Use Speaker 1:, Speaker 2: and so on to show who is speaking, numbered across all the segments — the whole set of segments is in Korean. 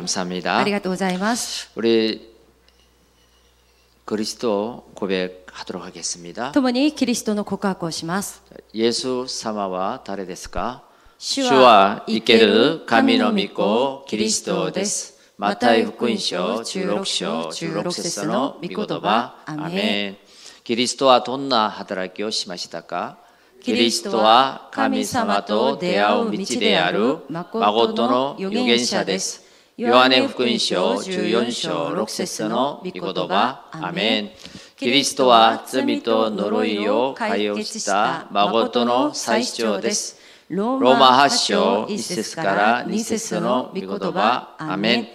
Speaker 1: 감사합니다.
Speaker 2: ありがとうございます。
Speaker 1: 우리 그리스도 고백하도록 하겠습니다.
Speaker 2: 共にキリストの告白をします。
Speaker 1: 예수 사마와 다레데스까?
Speaker 2: 主
Speaker 1: 주와
Speaker 2: は生ける
Speaker 1: 이케르
Speaker 2: 神
Speaker 1: 가미노
Speaker 2: の御子
Speaker 1: 믿고 그리스도 데스. 마타이 후쿠인쇼 16쇼 16세서의 미고도바 아멘. 그리스도와 돈나 하다라기오 시마시다까? 그리스도와 神様と 대하우 미치 대하루 마고토노 요견샤 데스. 요한의 후쿠인쇼 14쇼 6세서의 미고도바 아멘. キリストは罪と呪いを解放した誠の最主張です。
Speaker 2: ロ
Speaker 1: ローマ8章1節から2節の御言葉、アーメン。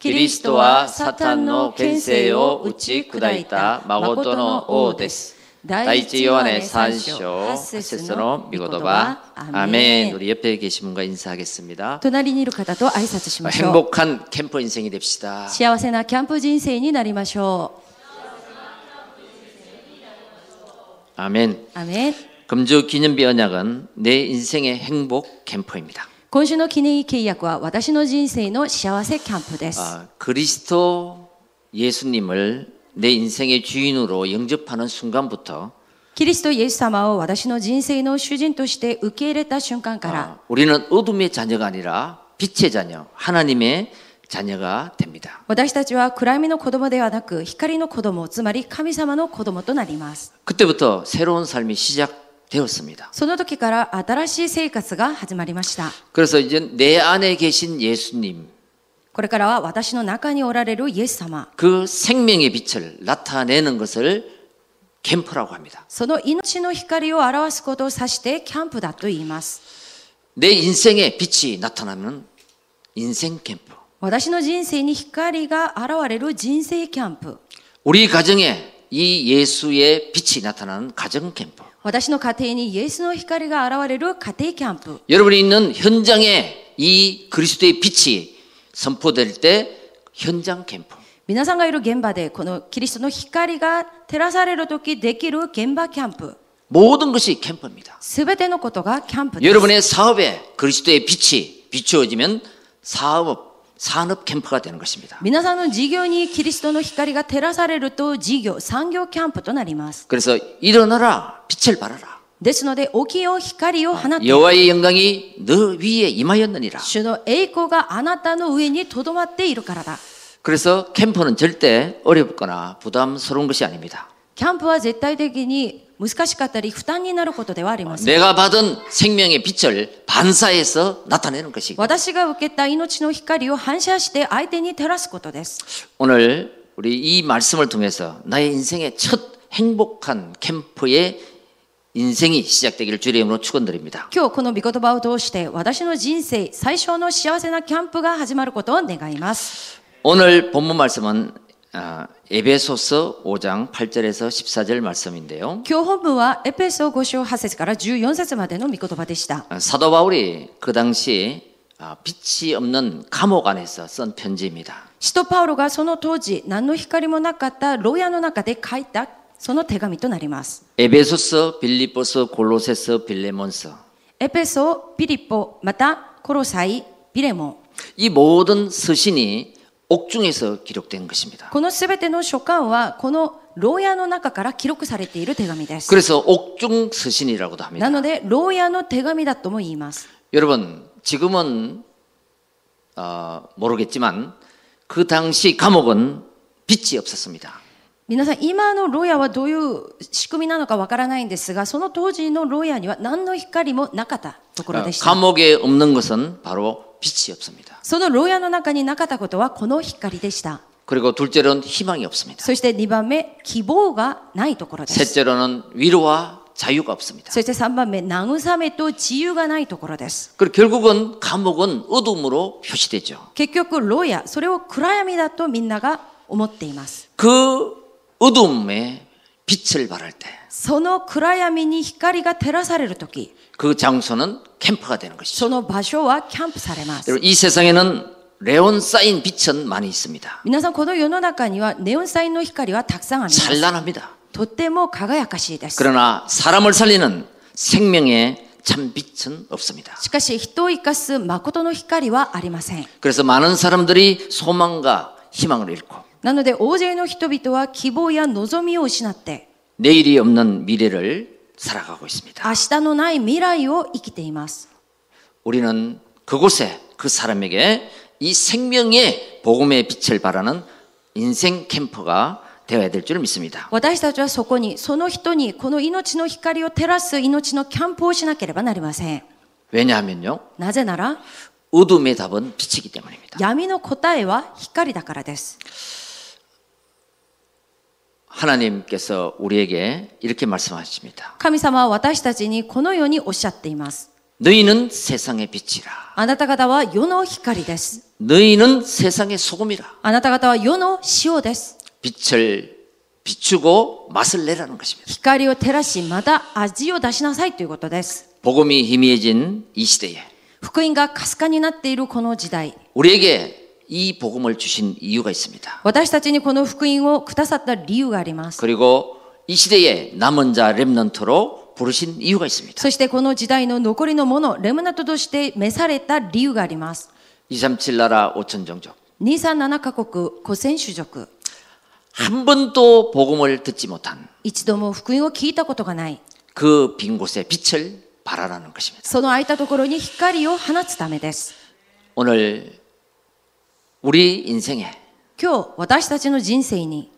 Speaker 1: キリストはサタンの権勢を打ち砕いた誠の王です。第一ヨハネ3章8節の御言葉、アーメン。 우리 옆에 계신 분과 인사하겠습니다.
Speaker 2: 隣にいる方と挨拶しましょう。
Speaker 1: 행복한 캠퍼 인생이 됩시다.
Speaker 2: 幸せなキャンプ人生になりましょ
Speaker 1: 아멘.
Speaker 2: う。アーメン。
Speaker 1: 금주 기념비 언약은 내 인생의 행복 캠퍼입니다.
Speaker 2: 今週の記念契約は私の人生の幸せキャンプです。
Speaker 1: 아, 그리스도 예수님을 내 인생의 주인으로 영접하는 순간부터
Speaker 2: キリストイエス様を私の人生の主人として受け入れた瞬間から、
Speaker 1: 아, 우리는 어둠의 자녀가 아니라 빛의 자녀, 하나님의 자녀가 됩니다.
Speaker 2: 私たちは暗闇の子供ではなく光の子供、つまり神様の子供となります。
Speaker 1: 그때부터 새로운 삶이 시작되었습니다.
Speaker 2: その時から新しい生活が始まりました。
Speaker 1: 그래서 이제 내 안에 계신 예수님,
Speaker 2: これからは私の中におられるイエス様、
Speaker 1: 그 생명의 빛을 나타내는 것을 캠프라고 합니다.
Speaker 2: その命の光を表すことを指してキャンプだと言います。
Speaker 1: 내 인생의 빛이 나타나는 인생 캠프.
Speaker 2: 私の人生に光が現れる人生キャンプ。
Speaker 1: 우리 가정에 이 예수의 빛이 나타나는 가정 캠프.
Speaker 2: 私の家庭にイエスの光が現れる家庭キャンプ。
Speaker 1: 여러분이 있는 현장에 이 그리스도의 빛이 선포될 때 현장 캠프.
Speaker 2: 皆さんがいる現場でこのキリストの光が照らされる時できる現場キャンプ。
Speaker 1: 모든 것이 캠프입니다.
Speaker 2: すべてのことがキャンプです。
Speaker 1: 여러분의 사업에 그리스도의 빛이 비추어지면 사업, 산업 캠프가 되는 것입니다.
Speaker 2: 皆さんの事業にキリストの光が照らされると事業、産業キャンプとなります。
Speaker 1: 그래서 일어나라, 빛을 발하라.
Speaker 2: ですので、起きよう光を放って
Speaker 1: 여호와의 영광이 너 위에 임하였느니라.
Speaker 2: 主の栄光があなたの上にとどまっているからだ。
Speaker 1: 그래서 캠프는 절대 어렵거나 부담스러운 것이 아닙니다.
Speaker 2: キャンプは絶対的に難しかったり負担になることではありません。
Speaker 1: 내가 받은 생명의 빛을 반사해서 나타내는 것이
Speaker 2: 私が受けた命の光を反射して相手に照らすことです。
Speaker 1: 오늘 우리 이 말씀을 통해서 나의 인생의 첫 행복한 캠프의 인생이 시작되기를 주의 이름으로 축원드립니다.
Speaker 2: 今日この御言葉を通して私の人生最初の幸せなキャンプが始まることを願います。
Speaker 1: 오늘 본문 말씀은 아, 에베소서 5장 8절에서 14절 말씀인데요.
Speaker 2: 今日本文はエペソ5章8節から14節までの御言葉でした。
Speaker 1: 아, 사도 바울이 그 당시 아, 빛이 없는 감옥 안에서 쓴 편지입니다.
Speaker 2: 使徒パウロがその当時何の光もなかった牢屋の中で書いたその手紙となります。
Speaker 1: 에베소서, 빌립보서, 골로새서, 빌레몬서
Speaker 2: エペソ、ピリポ、またコロサイ、ビレモン。
Speaker 1: 이 모든 서신이 옥중에서 기록된 것입니다.
Speaker 2: このすべての書簡はこの牢屋の中から記録されている手紙です。
Speaker 1: 그래서 옥중 서신이라고도 합니다.
Speaker 2: なので牢屋の手紙だとも言います。
Speaker 1: 여러분 지금은 어, 모르겠지만 그 당시 감옥은 빛이 없었습니다.
Speaker 2: 皆さん今の牢屋はどういう仕組みなのかわからないんですが、その当時の牢屋には何の光もなかったところ
Speaker 1: 어,
Speaker 2: でした。
Speaker 1: 감옥에 없는 것은 바로 빛이 없습니다.
Speaker 2: その牢屋の中になかったことはこの光でした。
Speaker 1: 그리고 둘째로는 희망이 없습니다.
Speaker 2: そして2番目、希望がないところです。
Speaker 1: 셋째로는 위로와 자유가 없습니다.
Speaker 2: そして3番目、慰めと自由がないところです。
Speaker 1: 그리고 결국은 감옥은 어둠으로 표시되죠.
Speaker 2: 結局、牢屋、それを暗闇だとみんなが思っています。
Speaker 1: 그 어둠에 빛을 발할 때 그
Speaker 2: その暗闇に光が照らされるとき、
Speaker 1: 그 장소는 캠프가 되는 것이죠.
Speaker 2: その場所はキャンプされます。
Speaker 1: 여러분 이 세상에는 레온 사인 빛은 많이 있습니다.
Speaker 2: 皆さん、この世の中にはネオンサインの光はたくさんあります。
Speaker 1: 찬란합니다.
Speaker 2: とても輝かしいです。
Speaker 1: 그러나 사람을 살리는 생명의 참 빛은 없습니다.
Speaker 2: しかし人を生かす誠の光はありません。
Speaker 1: 그래서 많은 사람들이 소망과 희망을 잃고
Speaker 2: なので大勢の人々は希望や望みを失って、
Speaker 1: 내일이 없는 미래를 살아가고 있습니다.
Speaker 2: 明日のない未来を生きています。
Speaker 1: 우리는 그곳에 그 사람에게 이 생명의 복음의 빛을 바라는 인생 캠퍼가 되어야 될 줄 믿습니다.
Speaker 2: 私たちはそこに、その人にこの命の光を照らす命のキャンプをしなければなりません。
Speaker 1: 왜냐하면요.
Speaker 2: なぜなら、
Speaker 1: 어둠의 답은 빛이기 때문입니다.
Speaker 2: 闇の答えは光だからです。
Speaker 1: 하나님께서 우리에게 이렇게 말씀하십니다.
Speaker 2: 神様は私たちにこのようにおっしゃっています。
Speaker 1: 너희는 세상의 빛이라.
Speaker 2: あなた方は世の光です。
Speaker 1: 너희는 세상의 소금이라.
Speaker 2: あなた方は世の塩です。
Speaker 1: 빛을 비추고 맛을 내라는 것입니다.
Speaker 2: 光を照らし、また味を出しなさいということです。
Speaker 1: 복음이 희미해진 이 시대에
Speaker 2: 福音がかすかになっているこの時代、
Speaker 1: 우리에게 이 복음을 주신 이유가 있습니다.
Speaker 2: 私たちにこの福音をくださった理由があります。
Speaker 1: 그리고 이 시대에 남은 자 렘넌트로 부르신 이유가 있습니다.
Speaker 2: そしてこの時代の残りのもの、レムナトとして召された理由があります。
Speaker 1: 237 나라 5천 종족.
Speaker 2: 237カ国、5000種族、
Speaker 1: 한 번도 복음을 듣지 못한
Speaker 2: 一度も福音を聞いたことがない。
Speaker 1: 그 빈 곳에 빛을 발하라는 것입니다.
Speaker 2: その空いたところに光を放つためです。
Speaker 1: 오늘 우리 인생에
Speaker 2: 今日、私たちの人生に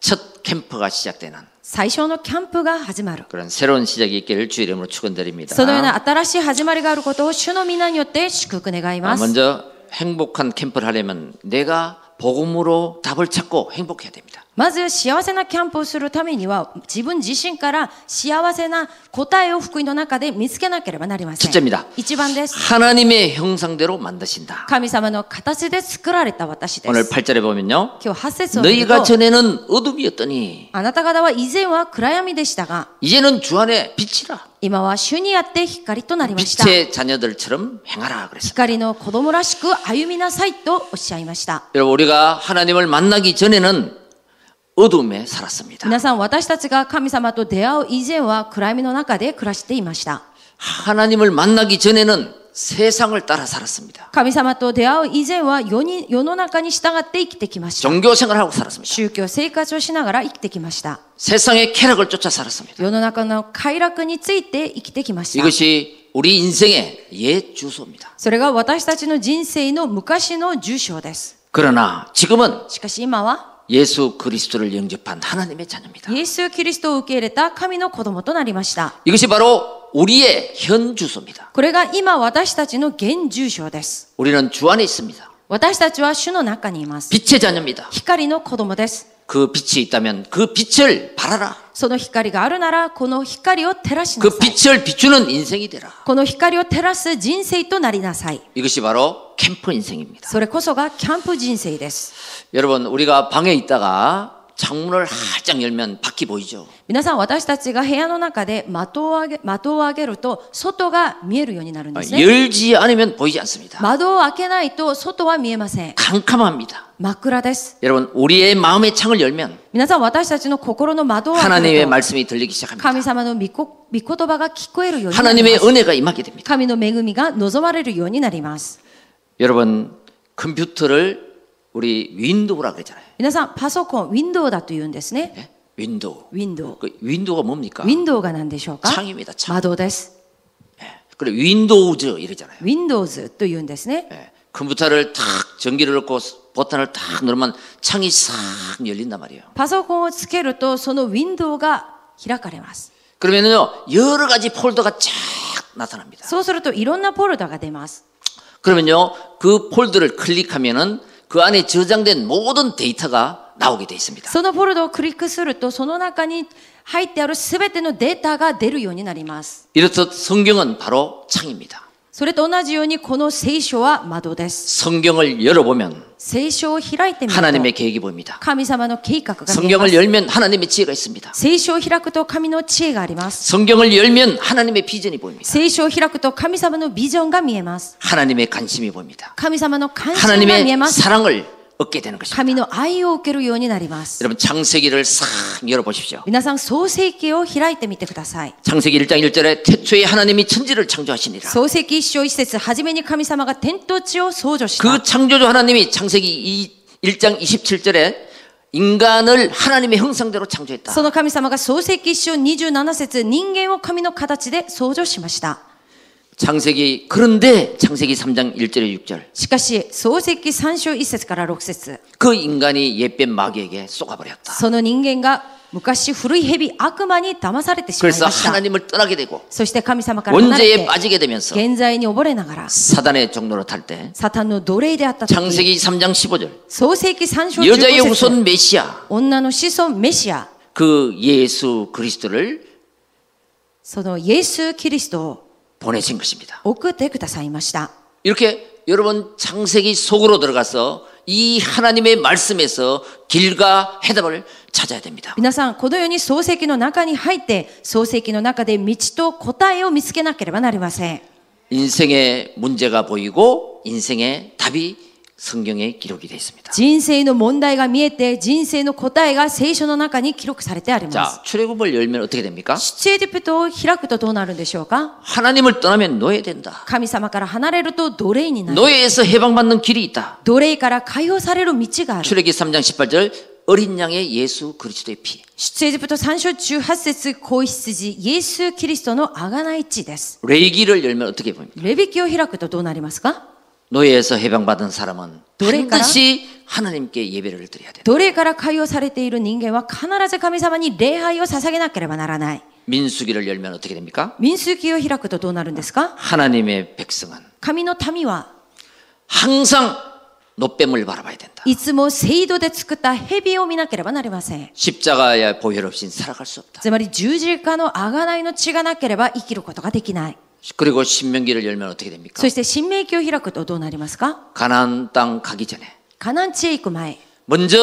Speaker 1: 첫 캠프가 시작되는
Speaker 2: 最初のキャンプが始まる。
Speaker 1: 그런 새로운 시작이 있기를 주 이름으로 축원드립니다.
Speaker 2: そのような新しい始まりがあることを主の皆によって祝福願い
Speaker 1: 아,
Speaker 2: ます。
Speaker 1: 먼저 행복한 캠프를 하려면 내가 복음으로 답을 찾고 행복해야 됩니다.
Speaker 2: まず幸せなキャンプをするためには自分自身から幸せな答えを福音の中で見つけなければなりません。
Speaker 1: 첫째입니다
Speaker 2: 一番です。
Speaker 1: 하나님의 형상대로 만드신다.
Speaker 2: 神様の形で作られた私で
Speaker 1: 오늘
Speaker 2: す。
Speaker 1: 8절에 보면요.
Speaker 2: 今日8節を見る
Speaker 1: 너희가
Speaker 2: と、
Speaker 1: 전에는 어둠이었더니
Speaker 2: あなた方は以前は暗闇でしたが、
Speaker 1: 이제는 주 안에 빛이라.
Speaker 2: 今は主にあって光となりました。
Speaker 1: 빛의 자녀들처럼 행하라 그랬습니다.
Speaker 2: 光の子供らしく歩みなさいとおっしゃいました。
Speaker 1: 여러분 우리가 하나님을 만나기 전에는 어둠에 살았습니다.
Speaker 2: 皆さん、私たちが神様と出会う以前は暗闇の中で暮らしていました。
Speaker 1: 하나님을 만나기 전에는 세상을 따라 살았습니다.
Speaker 2: 神様と出会う以前は世に世の中に従って生きてきました。
Speaker 1: 종교 생활을 하고 살았습니다.
Speaker 2: 宗教生活をしながら生きてきました。
Speaker 1: 세상의 쾌락을 쫓아 살았습니다.
Speaker 2: 世の中の快楽について生きてきました。
Speaker 1: 이것이 우리 인생의 옛 주소입니다.
Speaker 2: それが私たちの人生の昔の住所です。
Speaker 1: 그러나 지금은
Speaker 2: しかし今は
Speaker 1: 예수 그리스도를 영접한 하나님의 자녀입니다.
Speaker 2: イエス・キリストを受け入れた神の子供となりました。
Speaker 1: 이것이 바로 우리의 현 주소입니다.
Speaker 2: これが今私たちの現住所です。
Speaker 1: 우리는 주 안에 있습니다.
Speaker 2: 私たちは主の中にいます。
Speaker 1: 빛의 자녀입니다.
Speaker 2: 光の子供です。
Speaker 1: 그 빛이 있다면 그 빛을 바라라.
Speaker 2: その光があるなら、この光を照らしな
Speaker 1: 그
Speaker 2: さい。
Speaker 1: 빛을 비추는 인생이 되라.
Speaker 2: この光を照らす人生となりなさい。
Speaker 1: 이것이 바로 캠프 인생입니다.
Speaker 2: それこそがキャンプ人生です。
Speaker 1: 여러분 우리가 방에 있다가 창문을 활짝 열면 밖이 보이죠.
Speaker 2: 皆さん私たちが部屋の中で的を上げ的を上げると外が見えるようになるん
Speaker 1: 어,
Speaker 2: ですね。
Speaker 1: 열지 않으면 보이지 않습니다.
Speaker 2: 窓を開けないと外は見えません。
Speaker 1: 캄캄합니다.
Speaker 2: 真っ暗です。
Speaker 1: 여러분 우리의 마음의 창을 열면
Speaker 2: 皆さん私たちの心の窓を開け
Speaker 1: 하나님의
Speaker 2: ると
Speaker 1: 말씀이 들리기 시작합니다.
Speaker 2: 神様の御こ御言葉が聞こえるようになりま
Speaker 1: 하나님의
Speaker 2: す。
Speaker 1: 은혜가 임하게 됩니다.
Speaker 2: 神の恵みが望まれるようになります。
Speaker 1: 여러분 컴퓨터를 우리 윈도우라 그러잖아요.
Speaker 2: 皆さんパソコン、ウィンドウだと言うんですね。
Speaker 1: 예? 윈도우.
Speaker 2: ウィンドウ。
Speaker 1: 그 윈도우가 뭡니까?
Speaker 2: ウィンドウが何でしょうか
Speaker 1: 창입니다 창.
Speaker 2: 窓です。
Speaker 1: 그래 윈도우즈 이러잖아요.
Speaker 2: ウィンドウズと言うんですね。
Speaker 1: 예. 컴퓨터를 탁 전기를 넣고 버튼을 탁 누르면 창이 싹 열린단 말이에요.
Speaker 2: パソコンをつけるとそのウィンドウが開かれます。
Speaker 1: 그러면요 여러 가지 폴더가 쫙 나타납니다.
Speaker 2: そうするといろんなフォルダが出ます。
Speaker 1: 그러면요 그 폴더를 클릭하면은 그 안에 저장된 모든 데이터가 나오게 돼 있습니다.
Speaker 2: そのフォルダをクリックするとその中に入ってあるすべてのデータが出るようになります。
Speaker 1: 이렇듯 성경은 바로 창입니다.
Speaker 2: それと同じようにこの聖書は窓です。
Speaker 1: 성경을 열어보면
Speaker 2: 聖書を開いてみる
Speaker 1: 하나님의
Speaker 2: と
Speaker 1: 계획이 보입니다.
Speaker 2: 神様の計画が見えま
Speaker 1: 성경을
Speaker 2: す。
Speaker 1: 열면 하나님의 지혜가 있습니다.
Speaker 2: 聖書を開くと神の知恵があります。
Speaker 1: 성경을 열면 하나님의 비전이 보입니다.
Speaker 2: 聖書を開くと神様のビジョンが見えます。
Speaker 1: 하나님의 관심이 보입니다.
Speaker 2: 神様の関心が見え
Speaker 1: 하나님의
Speaker 2: ます。
Speaker 1: 사랑을 얻게 되는 것입니다.
Speaker 2: 神の愛を受けるようになります。
Speaker 1: 여러분 창세기를 싹 열어보십시오.
Speaker 2: 皆さん創世記を開いてみてください。
Speaker 1: 창세기 1장 1절에 태초에 하나님이 천지를 창조하시니라.
Speaker 2: 創世記一章一節、はじめに神様が天と地を創造した
Speaker 1: 그 。 창조주 하나님이 창세기 이- 1장 27절에 인간을 하나님의 형상대로 창조했다.
Speaker 2: その神様が創世記一章27節、人間を神の形で創造しました。
Speaker 1: 창세기 그런데 창세기 3장 1절에 6절
Speaker 2: しかし、創世記3章1節から6節、
Speaker 1: 그 인간이 옛뱀 마귀에게 쏘가버렸다.
Speaker 2: その人間が昔古い蛇悪魔に騙されてしまい
Speaker 1: 그래서
Speaker 2: ました。
Speaker 1: 하나님을 떠나게 되고
Speaker 2: そして神様から離れ
Speaker 1: 원죄에
Speaker 2: て、
Speaker 1: 그러니까 빠지게 되면서
Speaker 2: 現在に溺れながら、
Speaker 1: 사단의 종로로 탈 때
Speaker 2: サタンの奴隷であった時、
Speaker 1: 창세기 3장 15절
Speaker 2: 創世記3章
Speaker 1: 여자의
Speaker 2: 15節
Speaker 1: 후손 메시아
Speaker 2: 女の子孫メシア、
Speaker 1: 그 예수 그리스도를
Speaker 2: そのイエス・キリストを
Speaker 1: 보내신 것입니다.
Speaker 2: 送ってくださいました。
Speaker 1: 이렇게 여러분 창세기 속으로 들어가서 이 하나님의 말씀에서 길과 해답을 찾아야 됩니다.
Speaker 2: 皆さん、このように創世記の中に入って、創世記の中で道と答えを見つけなければなりません。
Speaker 1: 인생의 문제가 보이고 인생의 답이 성경에 기록이 되어 있습니다.
Speaker 2: 人生の問題が見えて、人生の答えが聖書の中に記録されてあります。
Speaker 1: 자, 출애굽을 열면 어떻게 됩니까?
Speaker 2: 出エジプトを開くとどうなるんでしょうか
Speaker 1: 하나님을 떠나면 노예 된다.
Speaker 2: 神様から離れると奴隷になる。
Speaker 1: 노예에서 해방받는 길이 있다.
Speaker 2: 奴隷から解放される道がある。
Speaker 1: 출애굽 3장 18절 어린 양의 예수 그리스도의 피.
Speaker 2: 出エジプト3章18節子羊イエス・キリストのあがない地です。
Speaker 1: 레이기를 열면 어떻게 봅니까?
Speaker 2: レビキを開くとどうなりますか
Speaker 1: 노예에서 해방받은 사람은
Speaker 2: 노래가라?
Speaker 1: 반드시 하나님께 예배를 드려야 된다.
Speaker 2: 奴隷から解放されている人間は必ず神様に礼拝を捧げなければならない。
Speaker 1: 민수기를 열면 어떻게 됩니까?
Speaker 2: 民数記を開くとどうなるんですか
Speaker 1: 하나님의 백성은
Speaker 2: 神の民は
Speaker 1: 항상 노뱀을 바라봐야 된다.
Speaker 2: いつも聖度で作った蛇を見なければなりません。
Speaker 1: 십자가의 보혈 없인 살아갈 수 없다.
Speaker 2: つまり十字架のあがないの血がなければ生きることができない。
Speaker 1: 그리고 신명기를 열면 어떻게 됩니까?
Speaker 2: そして新明記を開くとどうなりますか
Speaker 1: 가나안 땅 가기 전에
Speaker 2: カナン地へ行く前、
Speaker 1: 먼저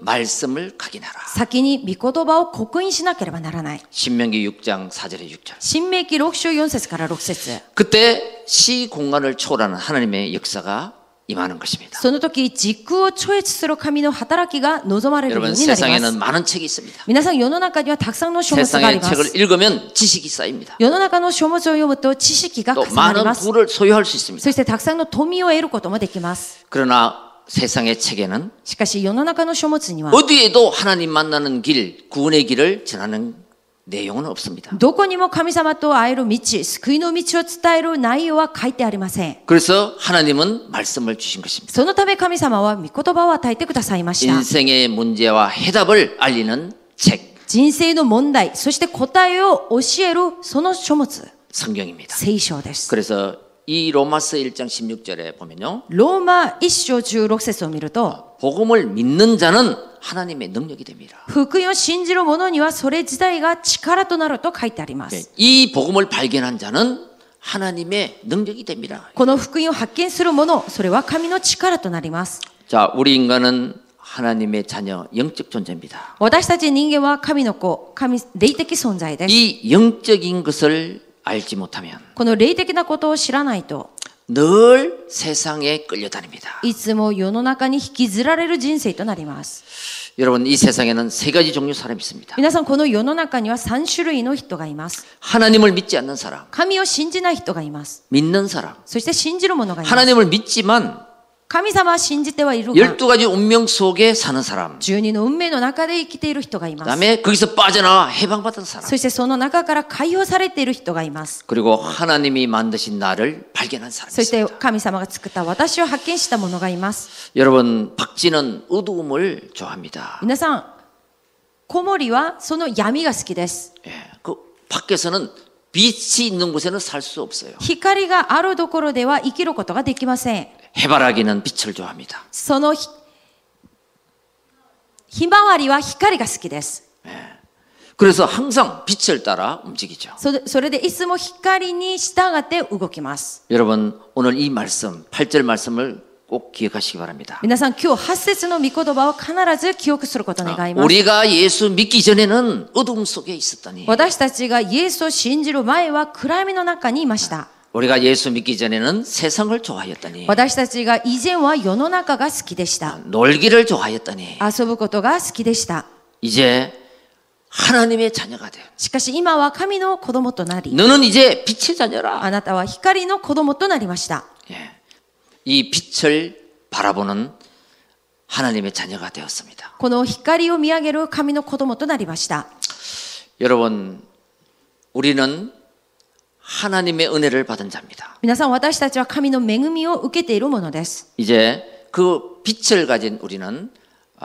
Speaker 1: 말씀을 각인하라.
Speaker 2: 先に御言葉を刻印しなければならない。
Speaker 1: 신명기 6장 4절에 6절.
Speaker 2: 新明記6章4節から6節
Speaker 1: 그때 시 공간을 초월하는 하나님의 역사가 임하는 것입니다.
Speaker 2: その時、時空を超越する神の働きが望まれるよう
Speaker 1: 여러분
Speaker 2: になりま
Speaker 1: 세상에는
Speaker 2: す。
Speaker 1: 많은 책이 있습니다.
Speaker 2: 皆さん、世の中にはたくさんの書物があり
Speaker 1: 세상의
Speaker 2: ま
Speaker 1: 책을
Speaker 2: す。
Speaker 1: 읽으면 지식이 쌓입니다.
Speaker 2: 世の中の書物を読むと知識が
Speaker 1: 또
Speaker 2: 重なり
Speaker 1: 많은
Speaker 2: ます。
Speaker 1: 부를 소유할 수 있습니다.
Speaker 2: そしてたくさんの富を得ることもできます。
Speaker 1: 그러나 세상의 책에는
Speaker 2: しかし世の中の書物に
Speaker 1: 아.
Speaker 2: は、
Speaker 1: 어디에도 하나님 만나는 길, 구원의 길을 전하는 내용은 없습니다.
Speaker 2: どこにも神様と会える道、救いの道を伝える内容は書いてありません。
Speaker 1: 그래서 하나님은 말씀을 주신 것입니다.
Speaker 2: そのため神様は御言葉を与えてくださいました。
Speaker 1: 인생의 문제와 해답을 알리는 책,
Speaker 2: 人生の問題、そして答えを教えるその書物、
Speaker 1: 성경입니다.
Speaker 2: 聖書です。
Speaker 1: 그래서 이 로마서 1장 16절에 보면요.
Speaker 2: ローマ一章16節を見ると、
Speaker 1: 복음을 믿는 자는 하나님의 능력이 됩니다.
Speaker 2: 福音を信じる者にはそれ自体が力となると書いてありま
Speaker 1: 네,
Speaker 2: す。
Speaker 1: 이 복음을 발견한 자는 하나님의 능력이 됩니다.
Speaker 2: この福音を発見する者、それは神の力となります。
Speaker 1: 자, 우리 인간은 하나님의 자녀, 영적 존재입니다.
Speaker 2: 私たち人間は神の子、神、霊的存在です。
Speaker 1: 이 영적인 것을 알지 못하면
Speaker 2: この霊的なことを知らないと、
Speaker 1: 늘 세상에 끌려다닙니다.
Speaker 2: いつも世の中に引きずられる人生となります。
Speaker 1: 여러분, 이 세상에는 세 가지 종류 사람이 있습니다.
Speaker 2: 皆さん、この世の中には3種類の人がいます。
Speaker 1: 하나님을 믿지 않는 사람,
Speaker 2: 神を信じない人がいます。
Speaker 1: 믿는 사람,
Speaker 2: そして信じる者がいます。
Speaker 1: 하나님을 믿지만
Speaker 2: 神様は信じてはいるが、
Speaker 1: 12가지 운명 속에 사는 사람,
Speaker 2: 12の運命の中で生きている人がいます。
Speaker 1: 그다음에 거기서 빠져나와 해방받은 사람,
Speaker 2: そしてその中から解放されている人がいます。
Speaker 1: 그리고 하나님이 만드신 나를 발견한 사람.
Speaker 2: そして神様が作った私を発見した者がいます。
Speaker 1: 여러분, 박쥐는 어두움을 좋아합니다.
Speaker 2: 皆さん、コモリはその闇が好きです。
Speaker 1: 예, 그 밖에서는 빛이 있는 곳에는 살 수 없어요.
Speaker 2: 光があるところでは生きることができません。
Speaker 1: 해바라기는 빛을 좋아합니다.
Speaker 2: そのひ、ひまわりは光が好きです。
Speaker 1: 그래서 항상 빛을 따라 움직이죠.
Speaker 2: それそれでいつも光に従って動きます。
Speaker 1: 여러분 오늘 이 말씀 8절 말씀을 꼭 기억하시기 바랍니다.
Speaker 2: 皆さん、今日8節の御言葉を必ず記憶することを願います。
Speaker 1: 우리가 예수 믿기 전에는 어둠 속에 있었더니
Speaker 2: 私たちがイエスを信じる前は暗闇の中にいました。
Speaker 1: 우리가 예수 믿기 전에는 세상을 좋아하였더니
Speaker 2: 私たちが以前は世の中が好きでした。
Speaker 1: 놀기를 좋아하였더니
Speaker 2: 遊ぶことが好きでした。
Speaker 1: 이제 하나님의 자녀가 돼.
Speaker 2: しかし今は神の子供となり、
Speaker 1: 너는 이제 빛의 자녀라.
Speaker 2: あなたは光の子供となりました。
Speaker 1: 예. 이 빛을 바라보는 하나님의 자녀가 되었습니다.
Speaker 2: この光を見上げる神の子供となりました。
Speaker 1: 여러분, 우리는 하나님의 은혜를 받은 자입니다.
Speaker 2: 皆さん私たちは神の恵みを受けているものです。
Speaker 1: 이제 그 빛을 가진 우리는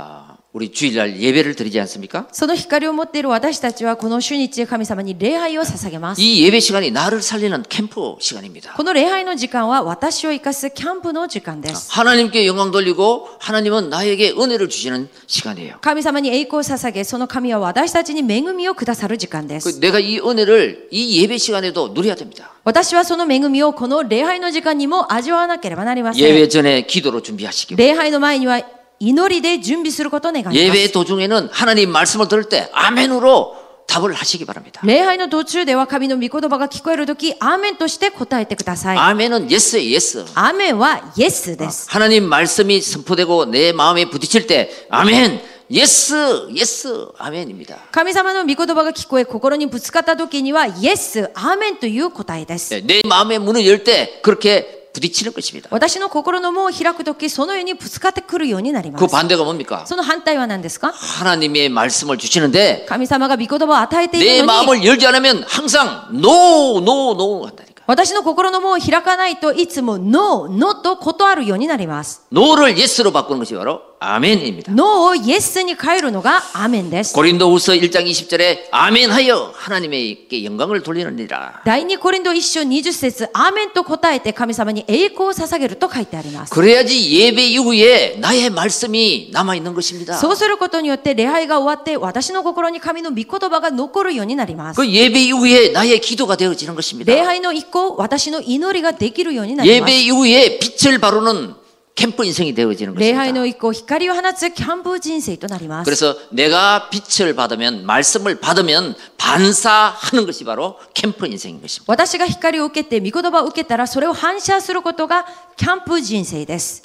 Speaker 1: 아, 우리 주일날 예배를 드리지 않습니까?
Speaker 2: その光を持っている私たちはこの主日神様に礼拝を捧げます。
Speaker 1: 이 예배 시간이 나를 살리는 캠프 시간입니다.
Speaker 2: この礼拝の時間は私を生かすキャンプの時間です。
Speaker 1: 하나님께 영광 돌리고 하나님은 나에게 은혜를 주시는 시간이에요.
Speaker 2: 神様に栄光を捧げ、その神は私たちに恵みをくださる時間で
Speaker 1: 그
Speaker 2: す。
Speaker 1: 내가 이 은혜를 이 예배 시간에도 누려야 됩니다.
Speaker 2: 私はその恵みをこの礼拝の時間にも味わわなければなりません。
Speaker 1: 예배 전에 기도로 준비하시기 바랍니다.
Speaker 2: 礼拝の前には祈りで準備することを願います。
Speaker 1: 예배 도중에는 하나님 말씀을 들을 때 아멘으로 답을 하시기 바랍니다.
Speaker 2: 礼拝の途中では神の御言葉が聞こえるとき、アーメンとして答えてください。
Speaker 1: 아멘은 예스예요, 예스.
Speaker 2: アーメンはイエスです。
Speaker 1: 하나님 말씀이 선포되고 내 마음에 부딪힐 때 아멘, 예스, 예스, 아멘입니다.
Speaker 2: 神様の御言葉が聞こえ、心にぶつかったときには、イエス、アーメンという答えです。
Speaker 1: 예, 내 마음의 문을 열 때 그렇게 부딪히는 것입니다.
Speaker 2: 私の心の門を開くとき、そのようにぶつかってくるようになりま
Speaker 1: 그
Speaker 2: す。
Speaker 1: 반대가 뭡니까?
Speaker 2: その反対は何ですか
Speaker 1: 하나님의 말씀을 주시는데
Speaker 2: 神様が御言葉を与えてい
Speaker 1: 내
Speaker 2: るのに、
Speaker 1: 마음을 열지 않으면 항상 노, 노, 노 한다니까.
Speaker 2: 私の心の門を開かないといつも、ノー、ノーと断るようになります。
Speaker 1: 노를 예스로 바꾸는 것이 바로 아멘입니다.
Speaker 2: ノーをイエスに変えるのがアーメンです。
Speaker 1: 고린도후서 1장 20절에 아멘하여 하나님에게 영광을 돌리느니라.
Speaker 2: 第二コリント一章20節アーメンと答えて神様に栄光を捧げると書いてあります。
Speaker 1: 그래야지 예배 이후에 나의 말씀이 남아 있는 것입니다.
Speaker 2: そうすることによって礼拝が終わって私の心に神の御言葉が残るようになります。
Speaker 1: 그 예배 이후에 나의 기도가 되어지는 것입니다.
Speaker 2: 礼拝の以降、私の祈りができるようになります。
Speaker 1: 예배 이후에 빛을 바르는 캠프 인생이 되어지는
Speaker 2: 礼
Speaker 1: 것입니다.
Speaker 2: 拝の以降、光を放つキャンプ人生となります。
Speaker 1: 그래서 내가 빛을 받으면 말씀을 받으면 반사하는 것이 바로 캠프 인생인 것입니다.
Speaker 2: 私が光を受けて、御言葉を受けたら、それを反射することがキャンプ人生です。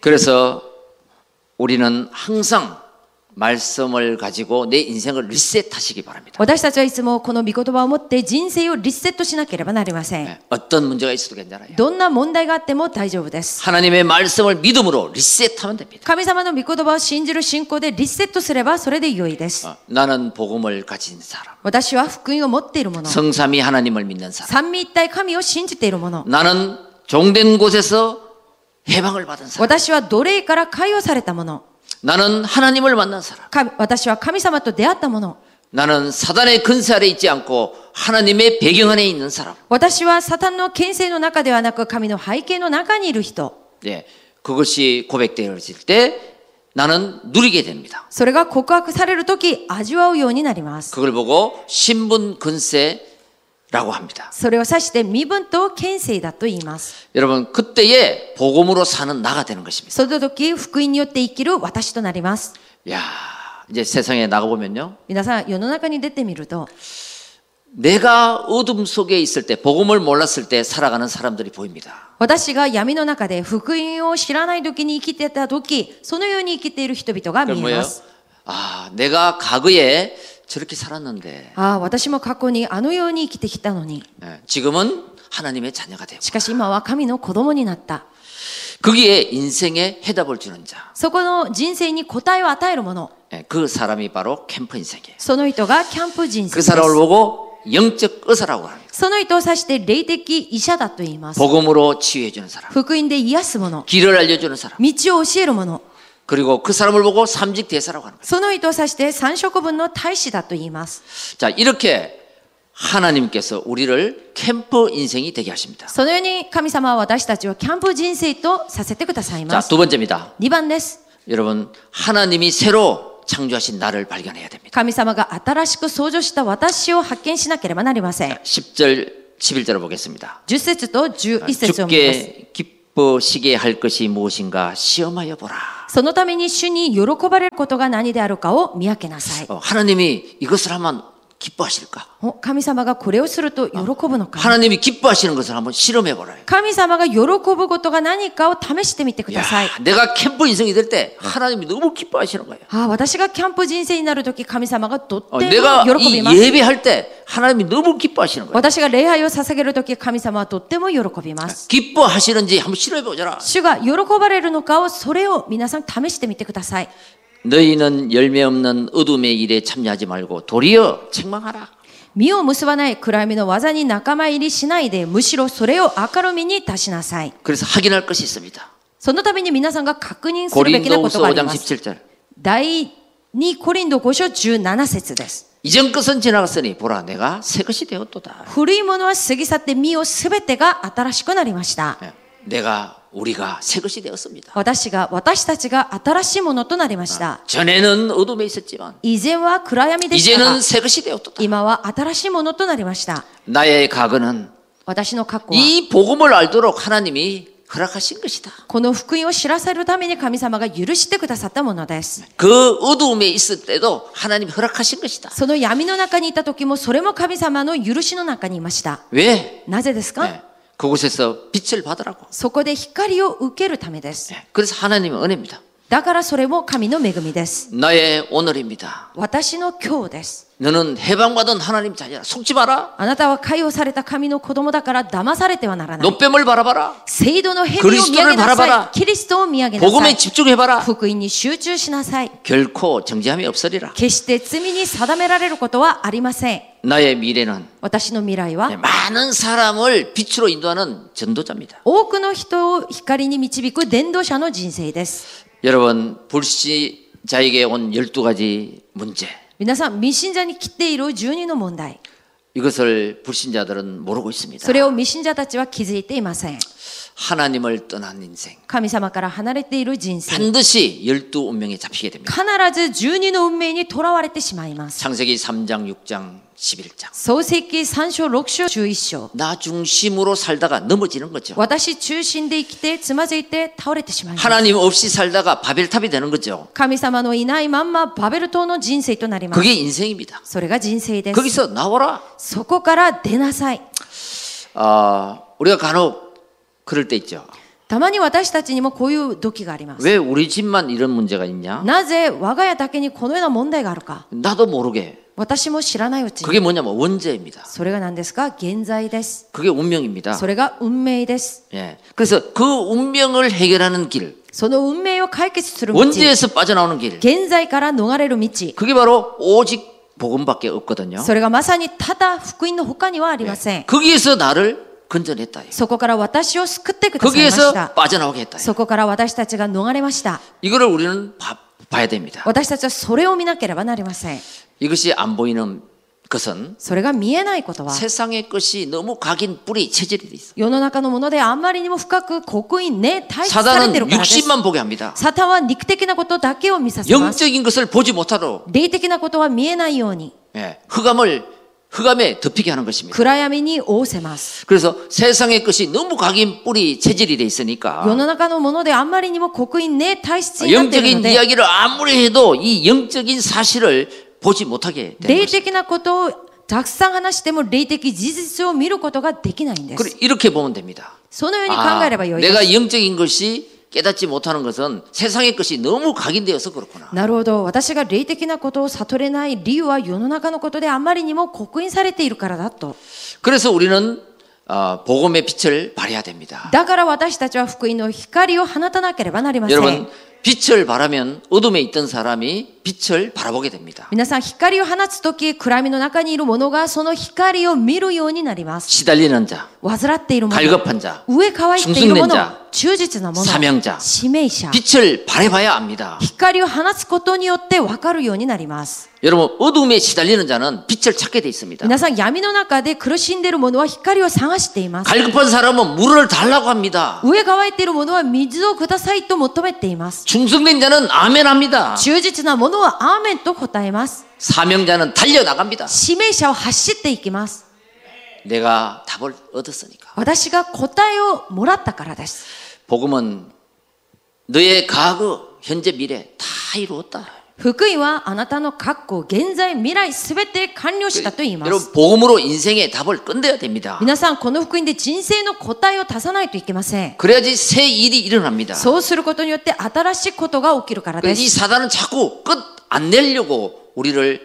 Speaker 1: 그래서 우리는 항상 말씀을 가지고 내 인생을 리셋하시기 바랍니다.
Speaker 2: 私たちはいつもこの御言葉を持って人生をリセットしなければなりません。
Speaker 1: 네, 어떤 문제가 있어도 괜찮아요.
Speaker 2: どんな問題があっても大丈夫です。
Speaker 1: 하나님의 말씀을 믿음으로 리셋하면 됩니다.
Speaker 2: 神様の御言葉を信じる信仰でリセットすればそれで良いです。
Speaker 1: 어, 나는 복음을 가진 사람.
Speaker 2: 私は福音を持っているもの。
Speaker 1: 성삼위 하나님을 믿는 사람.
Speaker 2: 三位一体神を信じているもの。
Speaker 1: 나는 종된 곳에서 해방을 받은 사람.
Speaker 2: 私は奴隷から解放されたもの。
Speaker 1: 나는 하나님을 만난 사람.
Speaker 2: 神私は神様と出会ったもの。
Speaker 1: 나는 사단의 근세 아래 있지 않고 하나님의 배경 안에 있는 사람.
Speaker 2: 私はサタンの牽制の中ではなく神の背景の中にいる人。
Speaker 1: 예. 그것이 고백되어질 때 나는 누리게 됩니다.
Speaker 2: それが告白されるとき味わうようになります。
Speaker 1: 그걸 보고 신분 근세라고 합니다.
Speaker 2: それを指して身分と牽制だと言います。
Speaker 1: 여러분 그때에 복음으로 사는 나가 되는 것입니다.
Speaker 2: その時福音によって生きる私となります。
Speaker 1: 야, 이제 세상에 나가 보면요.
Speaker 2: 皆さん世の中に出てみると
Speaker 1: 내가 어둠 속에 있을 때 복음을 몰랐을 때 살아가는 사람들이 보입니다.
Speaker 2: 私が闇の中で福音を知らない時に生きてた時そのように生きている人々が
Speaker 1: 그건
Speaker 2: 見え
Speaker 1: 뭐예요?
Speaker 2: ます。
Speaker 1: 아, 내가 과거에 저렇게 살았는데
Speaker 2: ああ、私も過去にあのように生きてきたのに。
Speaker 1: 예, 지금은 하나님의 자녀가 되고
Speaker 2: しかし今は神の子供になった。
Speaker 1: 거기에 인생의 해답을 주는 자.
Speaker 2: そこの人生に答えを与えるもの。
Speaker 1: 예, 그 사람이 바로 캠프 인생이에요.
Speaker 2: その人がキャンプ人生
Speaker 1: 그
Speaker 2: です。
Speaker 1: 사람을 보고 영적 의사라고 합니다.
Speaker 2: その人を指して霊的医者だと言います。
Speaker 1: 복음으로 치유해 주는 사람,
Speaker 2: 福音で癒すもの。
Speaker 1: 길을 알려 주는 사람.
Speaker 2: 道を教えるもの。
Speaker 1: 그리고 그 사람을 보고 삼직 대사라고 하는 거예요.
Speaker 2: その人を指して三食分の大使だと言います。
Speaker 1: 자, 이렇게 하나님께서 우리를 캠프 인생이 되게 하십니다.
Speaker 2: そのように神様は私たちをキャンプ人生とさせてください
Speaker 1: 자,
Speaker 2: ます。
Speaker 1: 두 번째입니다.
Speaker 2: 2番です。
Speaker 1: 여러분, 하나님이 새로 창조하신 나를 발견해야 됩니다.
Speaker 2: 神様が新しく創造した私を発見しなければなりません。
Speaker 1: 10절, 11절을 보겠습니다.
Speaker 2: 10節と11節を見ます。
Speaker 1: 죽게 기쁘시게 할 것이 무엇인가 시험하여 보라.
Speaker 2: そのために主に喜ばれることが何であるかを見分けなさい。
Speaker 1: 어, 하나님이 이것을 하면 기뻐하실까?
Speaker 2: お神様がこれをすると喜ぶのか
Speaker 1: 하나님이 기뻐하시는 것을 한번 실험해 보라요.
Speaker 2: 神様が喜ぶことが何かを試してみてく
Speaker 1: 야,
Speaker 2: ださい。
Speaker 1: 내가 캠프 인생이 될 때 하나님이 너무 기뻐하시는 거예요.
Speaker 2: ああ私がキャンプ人生になるとき神様がとって
Speaker 1: 어,
Speaker 2: も
Speaker 1: 내가
Speaker 2: 喜び
Speaker 1: 이
Speaker 2: ます。
Speaker 1: 예배할 때 하나님이 너무 기뻐하시는 거예요.
Speaker 2: 私が礼拝を捧げるとき神様はとっても喜びます。
Speaker 1: 기뻐하시는지 한번 실험해 보자라.
Speaker 2: 主が喜ばれるのかをそれを皆さん試してみてください。
Speaker 1: 너희는 열매 없는 어둠의 일에 참여하지 말고 도리어 책망하라.
Speaker 2: 実を結ばない暗闇の技に仲間入りしないでむしろそれを明るみに出しなさい。
Speaker 1: 그래서 확인할 것이 있습니다.
Speaker 2: そのために皆さんが確認するべきなこと
Speaker 1: 고린도후서
Speaker 2: があり
Speaker 1: 5장
Speaker 2: ます。
Speaker 1: 17절.
Speaker 2: 第2コリント5章17節です。
Speaker 1: 이전 것은 지나갔으니 보라 내가 새 것이 되었도다.
Speaker 2: 古いものは過ぎ去って身をすべてが新しくなりました。
Speaker 1: 예, 내가 우리가 새 것이 되었습니다.
Speaker 2: 私が、私たちが新しいものとなりました。
Speaker 1: 전에는 어둠에 있었지만
Speaker 2: 以前は暗闇でしたが
Speaker 1: 이제는 、새 것이 되었도다.
Speaker 2: 今は新しいものとなりました。
Speaker 1: 나의 과거는
Speaker 2: 私の過去は、
Speaker 1: 이 복음을 알도록 하나님이 허락하신 것이다.
Speaker 2: この福音を知らせるために神様が許してくださったものです。
Speaker 1: 그 어두움에 있을 때도 하나님이 허락하신 것이다.
Speaker 2: その闇の中にいた時も、それも神様の許しの中にいました。
Speaker 1: 왜?
Speaker 2: なぜですか、
Speaker 1: 예, 그곳에서 빛을 받으라고.
Speaker 2: そこで光を受けるためです。
Speaker 1: 예, 그래서 하나님의 은혜입니다.
Speaker 2: だからそれも神の恵みです。
Speaker 1: 나의 오늘입니다.
Speaker 2: 私の今日です。
Speaker 1: 너는 해방받은 하나님 자녀라. 속지 마라.
Speaker 2: あなたは解放された神の子供だから騙されてはならない。
Speaker 1: 노뱀을 바라봐라.
Speaker 2: 聖堂のヘビを見上げな
Speaker 1: 그리스도를바라봐라
Speaker 2: さい。キリストを見上げなさ
Speaker 1: 복음에
Speaker 2: い。
Speaker 1: 집중해봐라.
Speaker 2: 福音に集中しなさい。
Speaker 1: 결코 정지함이 없으리라.
Speaker 2: 決して罪に定められることはありません。
Speaker 1: 나의 미래는
Speaker 2: 私の未来
Speaker 1: 네,
Speaker 2: は
Speaker 1: 많은 사람을 빛으로 인도하는 전도자입니다.
Speaker 2: 多くの人を光に導く伝道者の人生です。
Speaker 1: 여러분 불신자에게 온 12가지 문제
Speaker 2: 皆さん、未信者に来ている十人の問題。
Speaker 1: 이것을 불신자들은 모르고 있습니다.
Speaker 2: それを未信者たちは気づいていません。
Speaker 1: 하나님을 떠난 인생
Speaker 2: 神様から離れている人生。
Speaker 1: 반드시 12 운명에 잡히게 됩니다.
Speaker 2: 必ず十人の運命にとらわれてしまいます。
Speaker 1: 창세기 3장 6장 11장
Speaker 2: 創世記3章6章11章。
Speaker 1: 나 중심으로 살다가 넘어지는 거죠.
Speaker 2: 私中心で生きて、つまずいて倒れてしまいます。
Speaker 1: 하나님 없이 살다가 바벨탑이 되는 거죠.
Speaker 2: 神様のいないまんまバベル島の人生となります。
Speaker 1: 그게 인생입니다.
Speaker 2: それが人生です。
Speaker 1: 거기서 나와라.
Speaker 2: そこから出なさい。
Speaker 1: 아, 우리가 간혹 그럴 때 있죠.
Speaker 2: たまに私たちにもこういう時があります。
Speaker 1: 왜 우리 집만 이런 문제가 있냐?
Speaker 2: なぜ我が家だけにこのような問題があるか。
Speaker 1: 나도 모르게.
Speaker 2: 私も知らないうちに。
Speaker 1: 그게 뭐냐면 원죄입니다.
Speaker 2: それが何ですか現在です。
Speaker 1: 그게 운명입니다.
Speaker 2: それが運命です。
Speaker 1: 예. 그래서 그 운명을 해결하는 길,
Speaker 2: その運命を解決する道。
Speaker 1: 원죄에서 빠져나오는 길,
Speaker 2: 現在から逃れる道。
Speaker 1: 그게 바로 오직 복음밖에 없거든요.
Speaker 2: それがまさにただ福音の他にはありません。
Speaker 1: 거기에서 나를 건져냈다.
Speaker 2: そこから私を救ってくださいまし
Speaker 1: 거기에서
Speaker 2: た。
Speaker 1: 빠져나오게 했다.
Speaker 2: そこから私たちが逃れました。
Speaker 1: 이거를 우리는 봐, 봐야 됩니다.
Speaker 2: 私たちはそれを見なければなりません。
Speaker 1: 이것이 안 보이는 것은
Speaker 2: それが見えない
Speaker 1: 아.
Speaker 2: ことは
Speaker 1: 세상의 것이 너무 각인 뿌리 체질이 있어.
Speaker 2: 世の中のものであんまりにも深く刻印ね対比されて
Speaker 1: 사단은
Speaker 2: るからです。
Speaker 1: 육신만 보게 합니다.
Speaker 2: サタンは肉的なことだけを見させます。
Speaker 1: 영적인 것을 보지 못하도록
Speaker 2: 霊的なことは見えないように
Speaker 1: 예, 흑암을 흑암에 덮이게 하는 것입니다.
Speaker 2: 暗闇に覆せます。
Speaker 1: 그래서 세상의 것이 너무 각인 뿌리 체질이 돼 있으니까 아,
Speaker 2: 世の中のものであんまりにも刻印ね体質になっているの
Speaker 1: 영적인
Speaker 2: で
Speaker 1: 이야기를 아무리 해도 이 영적인 사실을 보지 못하게 되는
Speaker 2: 霊
Speaker 1: 것입니다.
Speaker 2: 的なことをたくさん話しても霊的事実を見ることができないんで
Speaker 1: 그래,
Speaker 2: す。
Speaker 1: 이렇게 보면 됩니다.
Speaker 2: そのように
Speaker 1: 아,
Speaker 2: 考えればよいです。
Speaker 1: 내가 영적인 것이 깨닫지 못하는 것은 세상의 것이 너무 각인되어서 그렇구나.
Speaker 2: なるほど。私が霊的なことを悟れない理由は世の中のことであんまりにも刻印されているからだと。
Speaker 1: 그래서 우리는 어, 복음의 빛을 발해야 됩니다.
Speaker 2: だから私たちは福音の光を放たなければなりません
Speaker 1: 여러분 。 빛을 바라면 어둠에 있던 사람이 빛을 바라보게 됩니다.
Speaker 2: 皆さん、光を放つとき、暗闇の中にいる者がその光を見るようになります。
Speaker 1: 시달리는 자,
Speaker 2: 患っている者、
Speaker 1: 갈급한 자,
Speaker 2: 上乾いている
Speaker 1: 중승
Speaker 2: 者
Speaker 1: 자 、
Speaker 2: 忠実な者、
Speaker 1: 사명자
Speaker 2: 使命者、
Speaker 1: 빛을 바래봐야 압니다.
Speaker 2: 光を放つことによって分かるようになります。
Speaker 1: 여러분 어둠에 시달리는 자는 빛을 찾게 돼 있습니다.
Speaker 2: 皆さん、闇の中で苦しんでいる者は光を探しています。
Speaker 1: 갈급한 사람은 물을 달라고 합니다.
Speaker 2: 上乾いている者は水をくださいと求めています。
Speaker 1: 충성된 자는 아멘합니다.
Speaker 2: 忠実な者はアーメンと答えます。
Speaker 1: 사명자는 달려나갑니다.
Speaker 2: 使命者を走っていきます。
Speaker 1: 내가 답을 얻었으니까.
Speaker 2: 私が答えをもらったからです。
Speaker 1: 복음은 너의 과거, 현재, 미래 다 이루었다.
Speaker 2: 福音はあなたの過去、現在、未来すべて完了したと言います。
Speaker 1: 여러분 복음으로 인생의 답을 끝내야 됩니다.
Speaker 2: 皆さん、この福音で人生の答えを出さないといけません。
Speaker 1: 그래야지 새 일이 일어납니다.
Speaker 2: そうすることによって新しいことが起きるからで
Speaker 1: 이
Speaker 2: す。
Speaker 1: 사단은 자꾸 끝 안 내려고 우리를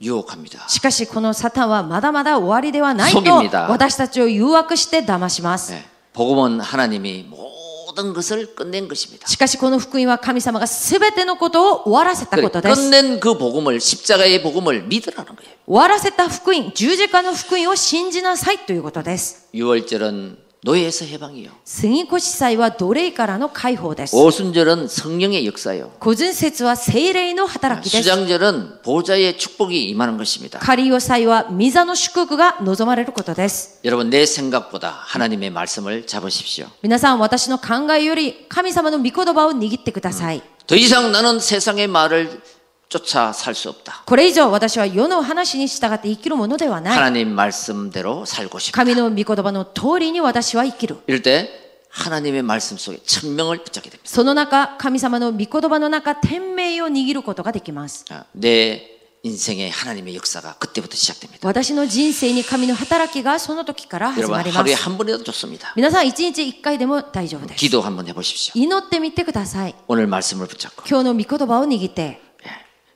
Speaker 1: 유혹합니다.
Speaker 2: しかし、このサタンはまだまだ終わりではないと
Speaker 1: 속입니다
Speaker 2: 私たちを誘惑して騙します。
Speaker 1: 네. 복음은 하나님이 모든 것을 끝낸 것입니다.
Speaker 2: しかしこの福音は神様が全てのことを終わらせたこ
Speaker 1: 그래,
Speaker 2: とです。終
Speaker 1: 끝낸 그 복음을 십자가의 복음을 믿으라는 거예요.
Speaker 2: わらせた福音、十字架の福音を信じなさいということです。
Speaker 1: 유월절은 노예에서 해방이요.
Speaker 2: 杉越祭は奴隷からの解放です。
Speaker 1: 오순절은 성령의 역사요.
Speaker 2: 個人節は聖霊の働きです。
Speaker 1: 수장절은 보좌의 축복이 임하는 것입니다.
Speaker 2: 仮用祭は御座の祝福が望まれることです。
Speaker 1: 여러분 내 생각보다 하나님의 말씀을 잡으십시오.
Speaker 2: 皆さん、私の考えより神様の御言葉を握ってください。
Speaker 1: 더 이상 나는 세상의 말을 쫓아 살 수 없다.
Speaker 2: これ以上私は世の話に従って生きるものではない。
Speaker 1: 하나님 말씀대로 살고 싶다.
Speaker 2: 神の御言葉の通りに私は生きる。
Speaker 1: 이럴 때 하나님의 말씀 속에 천명을 붙잡게 됩니다.
Speaker 2: その中、神様の御言葉の中、天命を握ることができます。
Speaker 1: 아, 내 인생의 하나님의 역사가 그때부터 시작됩니다.
Speaker 2: 私の人生に神の働きがその時から始
Speaker 1: 여러분
Speaker 2: まりま
Speaker 1: 하루에
Speaker 2: す。
Speaker 1: 한 번이라도 좋습니다.
Speaker 2: 皆さん、一日一回でも大丈夫です。
Speaker 1: 기도 한번 해보십시오.
Speaker 2: 祈ってみてください。
Speaker 1: 오늘 말씀을 붙잡고
Speaker 2: 今日の御言葉を握って、
Speaker 1: 예.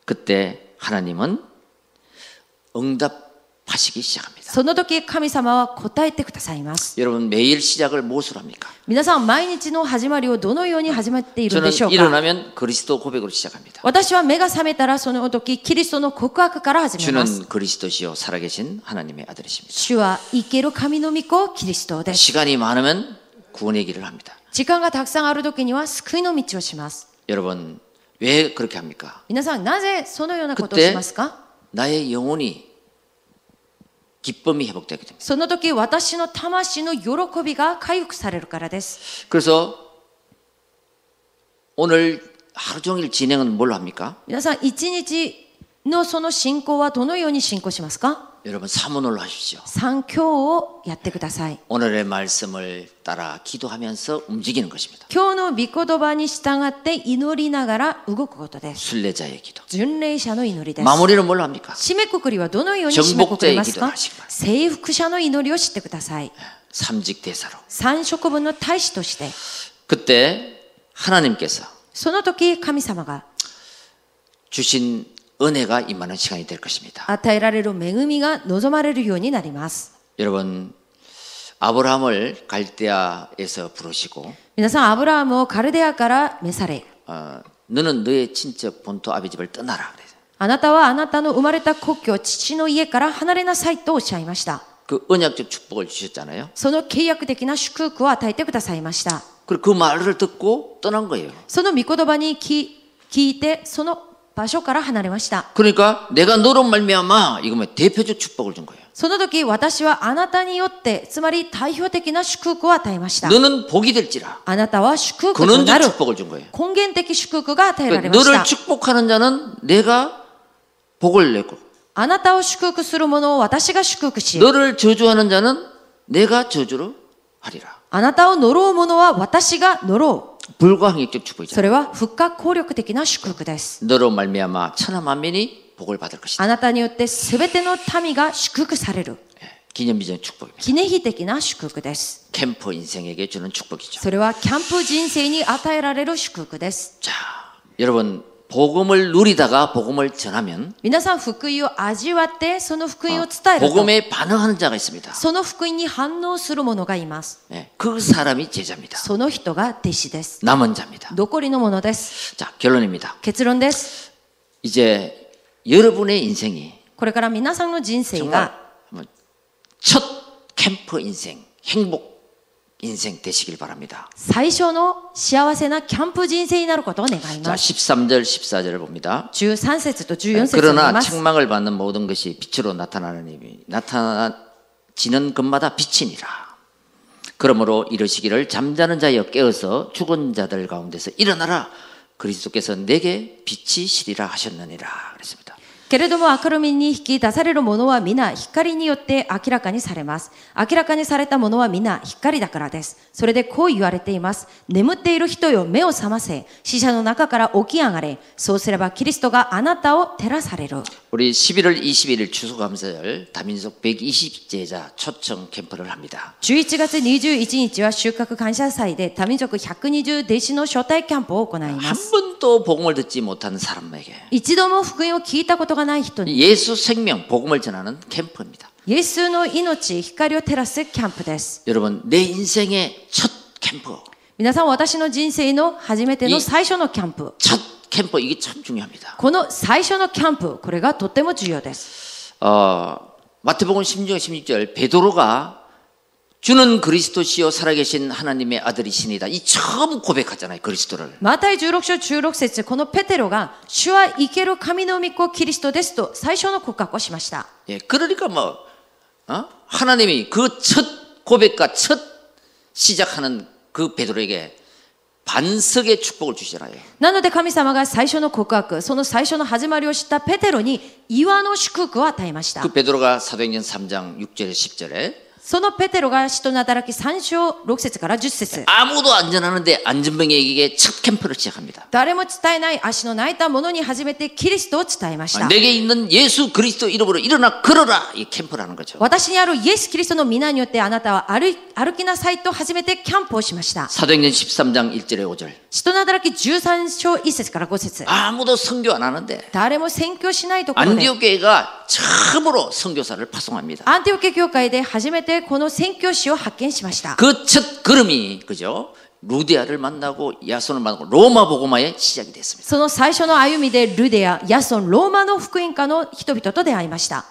Speaker 1: 그때 하나님은 응답하시기 시작합니다.
Speaker 2: その時神様は答えてくださいます。
Speaker 1: 여러분 매일 시작을 무엇으로 합니까?
Speaker 2: 皆さん、毎日の始まりをどのように始まっているん
Speaker 1: 저는
Speaker 2: でしょうか
Speaker 1: 일어나면 그리스도 고백으로 시작합니다.
Speaker 2: 私は目が覚めたらその時、キリストの告白から始めます。
Speaker 1: 주는 그리스도시요 살아계신 하나님의 아들이십니다.
Speaker 2: 主は生ける神の御子、キリストです。
Speaker 1: 시간이 많으면 구원의 길을 합니다.
Speaker 2: 時間がたくさんある時には救いの道をします。
Speaker 1: 여러분 왜 그렇게 합니까?
Speaker 2: 皆さん、なぜそのようなことをし
Speaker 1: 그때
Speaker 2: ますか
Speaker 1: 나의 영혼이 기쁨이 회복되게 됩니다.
Speaker 2: その時、私の魂の喜びが回復されるからです。
Speaker 1: 그래서 오늘 하루 종일 진행은 뭘 합니까?
Speaker 2: 皆さん、一日のその信仰はどのように信仰しますか
Speaker 1: 여러분 사문으로 하십시오.
Speaker 2: 三教をやってください。
Speaker 1: 오늘의 말씀을 따라 기도하면서 움직이는 것입니다.
Speaker 2: 今日の御言葉に従って祈りながら動くことです。
Speaker 1: 순례자의 기도.
Speaker 2: 巡礼者の祈りです。
Speaker 1: 마무리는 뭘 합니까?
Speaker 2: 締めくくりはどのように締めくくります
Speaker 1: 정복자의기도를하
Speaker 2: か
Speaker 1: 시기바랍니다
Speaker 2: 征服者の祈りを知ってください。
Speaker 1: 삼직 대사로.
Speaker 2: 三食分の大使として、
Speaker 1: 그때 하나님께서
Speaker 2: その時神様が
Speaker 1: 주신 은혜가 임하는 시간이 될 것입니다.
Speaker 2: 与えられる恵みが望まれるようになります。
Speaker 1: 여러분 아브라함을 갈대아에서 부르시고
Speaker 2: 皆さん、アブラハムをカルデアから召され、
Speaker 1: 어, 너는 너의 친척 본토 아비집을 떠나라 그래서
Speaker 2: あなたはあなたの生まれた故郷、父の家から離れなさいとおっしゃいました。
Speaker 1: 그 언약적 축복을 주셨잖아요.
Speaker 2: その契約的な祝福を与えてくださいました。
Speaker 1: 그리고 그 말을 듣고 떠난 거예요.
Speaker 2: その御言葉に聞聞いて、その場所から離れました。
Speaker 1: 그러니까 내가 너로 말미암아 이거면 대표적 축복을 준 거예요.
Speaker 2: その時、私はあなたによって、つまり代表的な祝福を与えました。
Speaker 1: 너는 복이 될지라
Speaker 2: あなたは祝福とな
Speaker 1: 근원적
Speaker 2: る。
Speaker 1: 축복을 준 거예요.
Speaker 2: 根源的祝福が与えら
Speaker 1: 그러니까
Speaker 2: れまし
Speaker 1: 너를
Speaker 2: た。
Speaker 1: 축복하는 자는 내가 복을 내고
Speaker 2: あなたを祝福する者を私が祝福し、
Speaker 1: 너를 저주하는 자는 내가 저주를 하리라.
Speaker 2: あなたを呪う者は私が呪う。
Speaker 1: 불가항력적 축복이잖아요.
Speaker 2: それは不可抗力的な祝福です。
Speaker 1: 너로 말미암아 천하 만민이 복을 받을 것이다.
Speaker 2: あなたによってすべての民が祝福される。
Speaker 1: 예, 기념비전 축복입니다.
Speaker 2: 記念碑的な祝福です。
Speaker 1: 캠퍼 인생에게 주는 축복이죠.
Speaker 2: それはキャンプ人生に与えられる祝福です。
Speaker 1: 자, 여러분 복음을 누리다가 복음을 전하면
Speaker 2: 皆さん、福音を味わって、その福音を伝えると、
Speaker 1: 복음에 반응하는 자가 있습니다.
Speaker 2: その福音に反応する者がいます。
Speaker 1: 예, 그 사람이 제자입니다.
Speaker 2: その人が弟子です。
Speaker 1: 남은 자입니다.
Speaker 2: 残りのものです。
Speaker 1: 자, 결론입니다.
Speaker 2: 結論です。
Speaker 1: 이제 여러분의 인생이
Speaker 2: これから皆さんの人生
Speaker 1: 정말
Speaker 2: が、
Speaker 1: 한번 첫 캠퍼 인생, 행복 인생 되시길 바랍니다.
Speaker 2: 最初の幸せなキャンプ人生になることを願い
Speaker 1: 자,
Speaker 2: ます。
Speaker 1: 13절, 14절을 봅니다.
Speaker 2: 13節と14節を見
Speaker 1: 그러나
Speaker 2: ます。
Speaker 1: 책망을 받는 모든 것이 빛으로 나타나는 힘이 나타지는 것마다 빛이니라. 그러므로 이르시기를 잠자는 자여 깨어서 죽은 자들 가운데서 일어나라. 그리스도께서 내게 빛이시리라 하셨느니라. 그랬습니다.
Speaker 2: けれども明るみに引き出されるものは皆光によって明らかにされます。明らかにされたものは皆光だからです。それでこう言われています。眠っている人よ、目を覚ませ。死者の中から起き上がれ。そうすればキリストがあなたを照らされる。
Speaker 1: 우리 11월 21일 추수감사절 다민족 120제자 초청 캠프를 합니다.
Speaker 2: 11月21日は収穫感謝祭で多民族120弟子の招待キャンプを行いま
Speaker 1: 한
Speaker 2: す。
Speaker 1: 번도 복음을 듣지 못한 사람에게
Speaker 2: 一度も福音を聞いたことがない人に、
Speaker 1: 예수 생명 복음을 전하는 캠프입니다.
Speaker 2: イエスの命、光を照らすキャンプです。
Speaker 1: 여러분 내 인생의 첫 캠프,
Speaker 2: 皆さん、私の人生の初めての
Speaker 1: い
Speaker 2: 最初のキャンプ。
Speaker 1: 첫 캠프 이게 참 중요합니다.
Speaker 2: この最初のキャンプ、これがとっても重要です。
Speaker 1: 어 마태복음 16장 16절 베드로가 주는 그리스도시요 살아계신 하나님의 아들이시니다. 이 처음 고백하잖아요 그리스도를.
Speaker 2: マタイ16章16節このペテロが、主は生ける神の御子キリストですと最初の告白をしました。
Speaker 1: 예, 그러니까 뭐 어? 하나님이 그 첫 고백과 첫 시작하는 그 베드로에게 반석의 축복을 주시잖아요.
Speaker 2: なので神様が最初の告白、その最初の始まりを知ったペテロに岩の祝福を与えました
Speaker 1: 그 。 베드로가 사도행전 3장 6절에 10절에
Speaker 2: そのペテロが使徒の働き3章6節から10節
Speaker 1: 아무도 안전하는데 안전병에게 첫 캠프를 시작합니다.
Speaker 2: 誰も伝えない足の泣いた者に初めてキリストを伝えました
Speaker 1: 아, 내게 있는 예수 그리스도 이름으로 일어나 걸어라 이 캠프라는 거죠.
Speaker 2: 私にあるイエス・キリストの皆によってあなたは歩い歩きなさいと初めてキャンプをしました
Speaker 1: 사도행전 13장 1절에 5절
Speaker 2: 使徒の働き13章1節から5節
Speaker 1: 아무도 선교 안 하는데
Speaker 2: 誰も宣教しないところで
Speaker 1: 안디옥 교회가 처음으로 선교사를 파송합니다.
Speaker 2: アンティオケ教会で初めてこの宣教師を発見しました
Speaker 1: 그 첫 걸음이 그죠? 루디아를 만나고 야손을 만나고 로마 복음화의 시작이 됐습니다.
Speaker 2: その最初の歩みでルデア、ヤソン、ローマの福音家の人々と出会いました。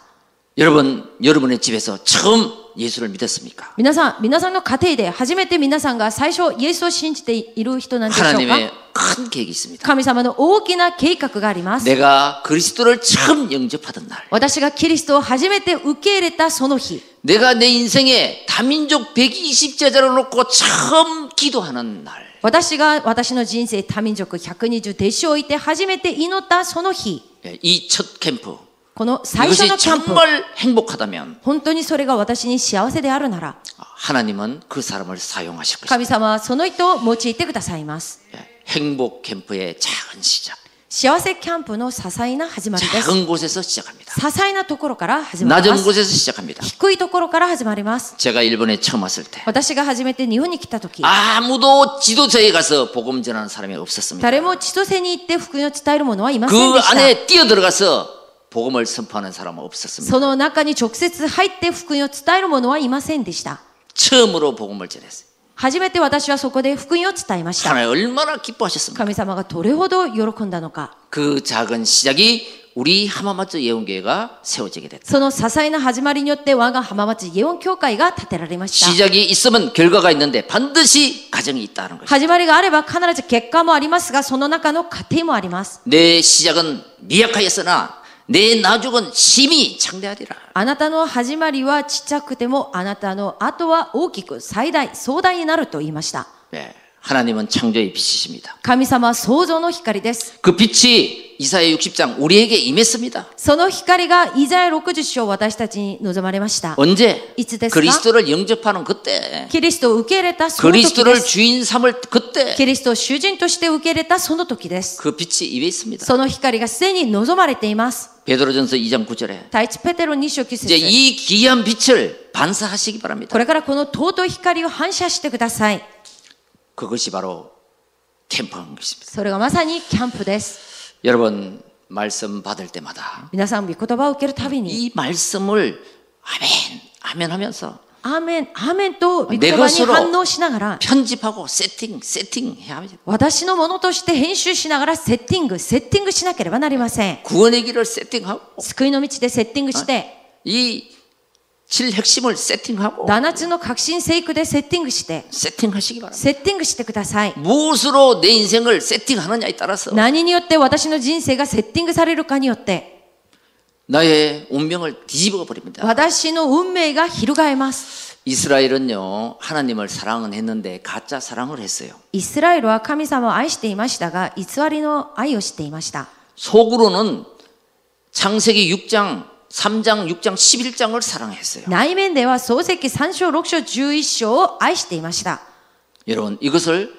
Speaker 1: 여러분 여러분의 집에서 처음 예수를 믿었습니까?
Speaker 2: 皆さん、皆さんの家庭で初めて皆さんが最初イエスを信じている人なんでしょうか
Speaker 1: 하나님의 큰 계획이 있습니다.
Speaker 2: 神様の大きな計画があります。
Speaker 1: 내가 그리스도를 처음 영접하던 날
Speaker 2: 私がキリストを初めて受け入れたその日、
Speaker 1: 내가 내 인생에 다민족 120제자를 놓고 처음 기도하는 날
Speaker 2: 私が私の人生、多民族120弟子を置いて初めて祈ったその日、
Speaker 1: 예, 이 첫 캠프
Speaker 2: この最初の
Speaker 1: 이것이
Speaker 2: キャンプ、
Speaker 1: 정말 행복하다면
Speaker 2: 本当にそれが私に幸せであるなら、
Speaker 1: 하나님은 그 사람을 사용하실 것입니다.
Speaker 2: 神様はその人を用いてくださいます。
Speaker 1: 예, 행복 캠프의 작은 시작
Speaker 2: 幸せキャンプの些細な始ま
Speaker 1: 아, 네.
Speaker 2: りです。
Speaker 1: 작은 곳에서 시작합니다.
Speaker 2: 些細なところから始まりま
Speaker 1: 낮은
Speaker 2: す。
Speaker 1: 곳에서 시작합니다.
Speaker 2: 低いところから始まります。
Speaker 1: 제가 일본에 처음 왔을 때
Speaker 2: 私が初めて日本に来た時、
Speaker 1: 아무도 지도자에 가서 복음 전하는 사람이 없었습니다.
Speaker 2: 誰も千歳に行って福音を伝える者はいません
Speaker 1: 그
Speaker 2: でした。
Speaker 1: 안에 뛰어들어가서 복음을 선포하는 사람은 없었습니다.
Speaker 2: その中に直接入って福音を伝える者はいませんでした。
Speaker 1: 처음으로 복음을 전했어요.
Speaker 2: 初めて私はそこで福音を伝えました。
Speaker 1: 하나님 얼마나 기뻐하셨습니까?
Speaker 2: 神様がどれほど喜んだのか。
Speaker 1: 그 작은 시작이 우리 하마마츠 예언교회가 세워지게 됐다.
Speaker 2: その些細な始まりによって我が浜松イエオン教会が建てられました。
Speaker 1: 시작이 있으면 결과가 있는데 반드시 가정이 있다는 거죠.
Speaker 2: 始まりがあれば必ず結果もありますが、その中の過程もあります。
Speaker 1: 내 시작은 미약하였으나 내 나중은 심히 창대하리라.
Speaker 2: あなたの始まりはちっちゃくても、あなたの後は大きく、最大、壮大になると言いました。
Speaker 1: 네. 하나님은 창조의 빛이십니다.
Speaker 2: 神様は創造の光です。
Speaker 1: 그 빛이 이사야 60장 우리에게 임했습니다.
Speaker 2: その光がイザヤ60章私たちに望まれました。
Speaker 1: 언제?
Speaker 2: 이츠데스가?
Speaker 1: 그리스도를 영접하는 그때.
Speaker 2: キリストを受け入れたその時で
Speaker 1: 그리스도를
Speaker 2: す。
Speaker 1: 주인 삼을 그때
Speaker 2: キリストを主人として受け入れたその時です。
Speaker 1: 그 빛이 입에 있습니다.
Speaker 2: その光がすでに望まれています。
Speaker 1: 베드로전서 2장 9절에
Speaker 2: 第一ペテロ2章9
Speaker 1: 이제
Speaker 2: 節
Speaker 1: 이 귀한 빛을 반사하시기 바랍니다.
Speaker 2: これからこの尊い光を反射してください。
Speaker 1: 그것이 바로 캠프인 것입니다.
Speaker 2: それがまさにキャンプです。
Speaker 1: 여러분 말씀 받을 때마다
Speaker 2: 皆さん、御言葉を受けるたびに、
Speaker 1: 이 말씀을 아멘 아멘 하면서
Speaker 2: アーメン、アーメンと御言
Speaker 1: 내
Speaker 2: 葉に
Speaker 1: 것으로
Speaker 2: 反応しながら、
Speaker 1: 편집하고 세팅 세팅 해야 합니다.
Speaker 2: 私のものとして編集しながらセッティング、セッティングしなければなりません。
Speaker 1: 구원의 길을 세팅하고
Speaker 2: 救いの道でセッティングして、
Speaker 1: 이 칠 핵심을 세팅하고
Speaker 2: 7つの革新聖句でセッティングして、
Speaker 1: 세팅하시기 바랍니다.
Speaker 2: セッティングしてください。
Speaker 1: 무엇으로 내 인생을 세팅하느냐에 따라서
Speaker 2: 何によって私の人生がセッティングされるかによって、
Speaker 1: 나의 운명을 뒤집어 버립니다.
Speaker 2: 私の運命が翻えます。
Speaker 1: 이스라엘은요 하나님을 사랑은 했는데 가짜 사랑을 했어요.
Speaker 2: イスラエルは神様を愛していましたが、偽りの愛をしていました。
Speaker 1: 속으로는 창세기 6장 3장 6장 11장을 사랑했어요.
Speaker 2: 内面では漱石3章6章11章を愛していました。
Speaker 1: 여러분 이것을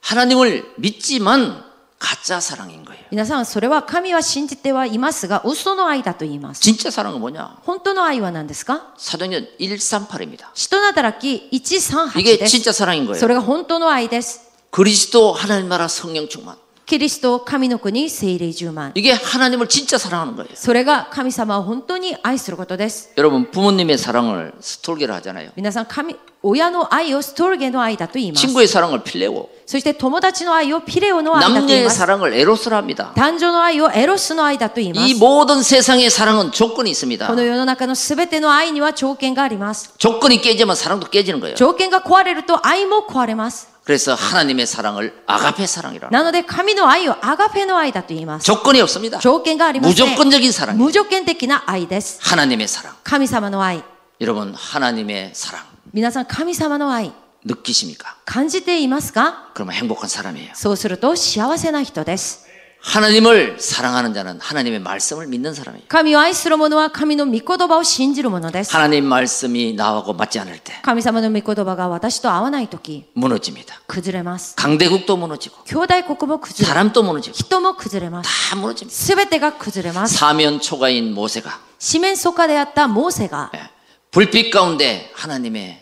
Speaker 1: 하나님을 믿지만 가짜 사랑인 거예요.
Speaker 2: 皆さん、それは神は信じてはいますが、嘘の愛だと言います。
Speaker 1: 진짜 사랑은 뭐냐?
Speaker 2: 本当の愛は何ですか
Speaker 1: 사도행전 138입니다.
Speaker 2: 使徒なだらき138
Speaker 1: 이게
Speaker 2: です
Speaker 1: 진짜 사랑인 。 거예요.
Speaker 2: それが本当の愛です。
Speaker 1: 그리스도 하나님 나라 성령 충만.
Speaker 2: キリスト、神の国、聖霊十万。
Speaker 1: 이게 하나님을 진짜 사랑하는 거예요.
Speaker 2: それが神様を本当に愛することです。
Speaker 1: 여러분 부모님의 사랑을 스톨게를 하잖아요.
Speaker 2: 皆さん、神、親の愛をストルゲの愛だと言います。
Speaker 1: 친구의 사랑을 필레오,
Speaker 2: そして友達の愛をピレオ
Speaker 1: 어,
Speaker 2: の愛だと言い
Speaker 1: 남녀의
Speaker 2: ます。
Speaker 1: 사랑을 에로스라 합니다.
Speaker 2: 男女の愛をエロスの愛だと言いま
Speaker 1: 이
Speaker 2: す。
Speaker 1: 모든 세상의 사랑은 조건이 있습니다.
Speaker 2: この世の中のすべての愛には条件があります。
Speaker 1: 조건이 깨지면 사랑도 깨지는 거예요.
Speaker 2: 条件が壊れると愛も壊れます。
Speaker 1: 그래서 하나님의 사랑을 아가페 사랑이라.
Speaker 2: なので神の愛をアガペの愛だと言います。
Speaker 1: 조건이 없습니다.
Speaker 2: 条件がありません。
Speaker 1: 무조건적인 사랑.
Speaker 2: 無条件的な愛です。
Speaker 1: 하나님의 사랑.
Speaker 2: 神様の愛。
Speaker 1: 여러분 하나님의 사랑
Speaker 2: 皆さん、神様の愛、
Speaker 1: 느끼십니까?
Speaker 2: 感じていますか
Speaker 1: 그러면 행복한 사람이에요.
Speaker 2: そうすると幸せな人です。
Speaker 1: 하나님을 사랑하는 자는 하나님의 말씀을 믿는 사람이에요.
Speaker 2: 神を愛する者は神の御言葉を信じる者です。
Speaker 1: 하나님 말씀이 나하고 맞지 않을 때
Speaker 2: 神様の御言葉が私と合わないとき、
Speaker 1: 무너집니다.
Speaker 2: 崩れます。
Speaker 1: 강대국도 무너지고
Speaker 2: 兄弟国も崩れ、
Speaker 1: 사람도 무너지고
Speaker 2: 人も崩れます。
Speaker 1: 다 무너집니다.
Speaker 2: すべてが崩れます。
Speaker 1: 사면 초가인 모세가
Speaker 2: 四面楚歌であったモーセが、
Speaker 1: 예, 불빛 가운데 하나님의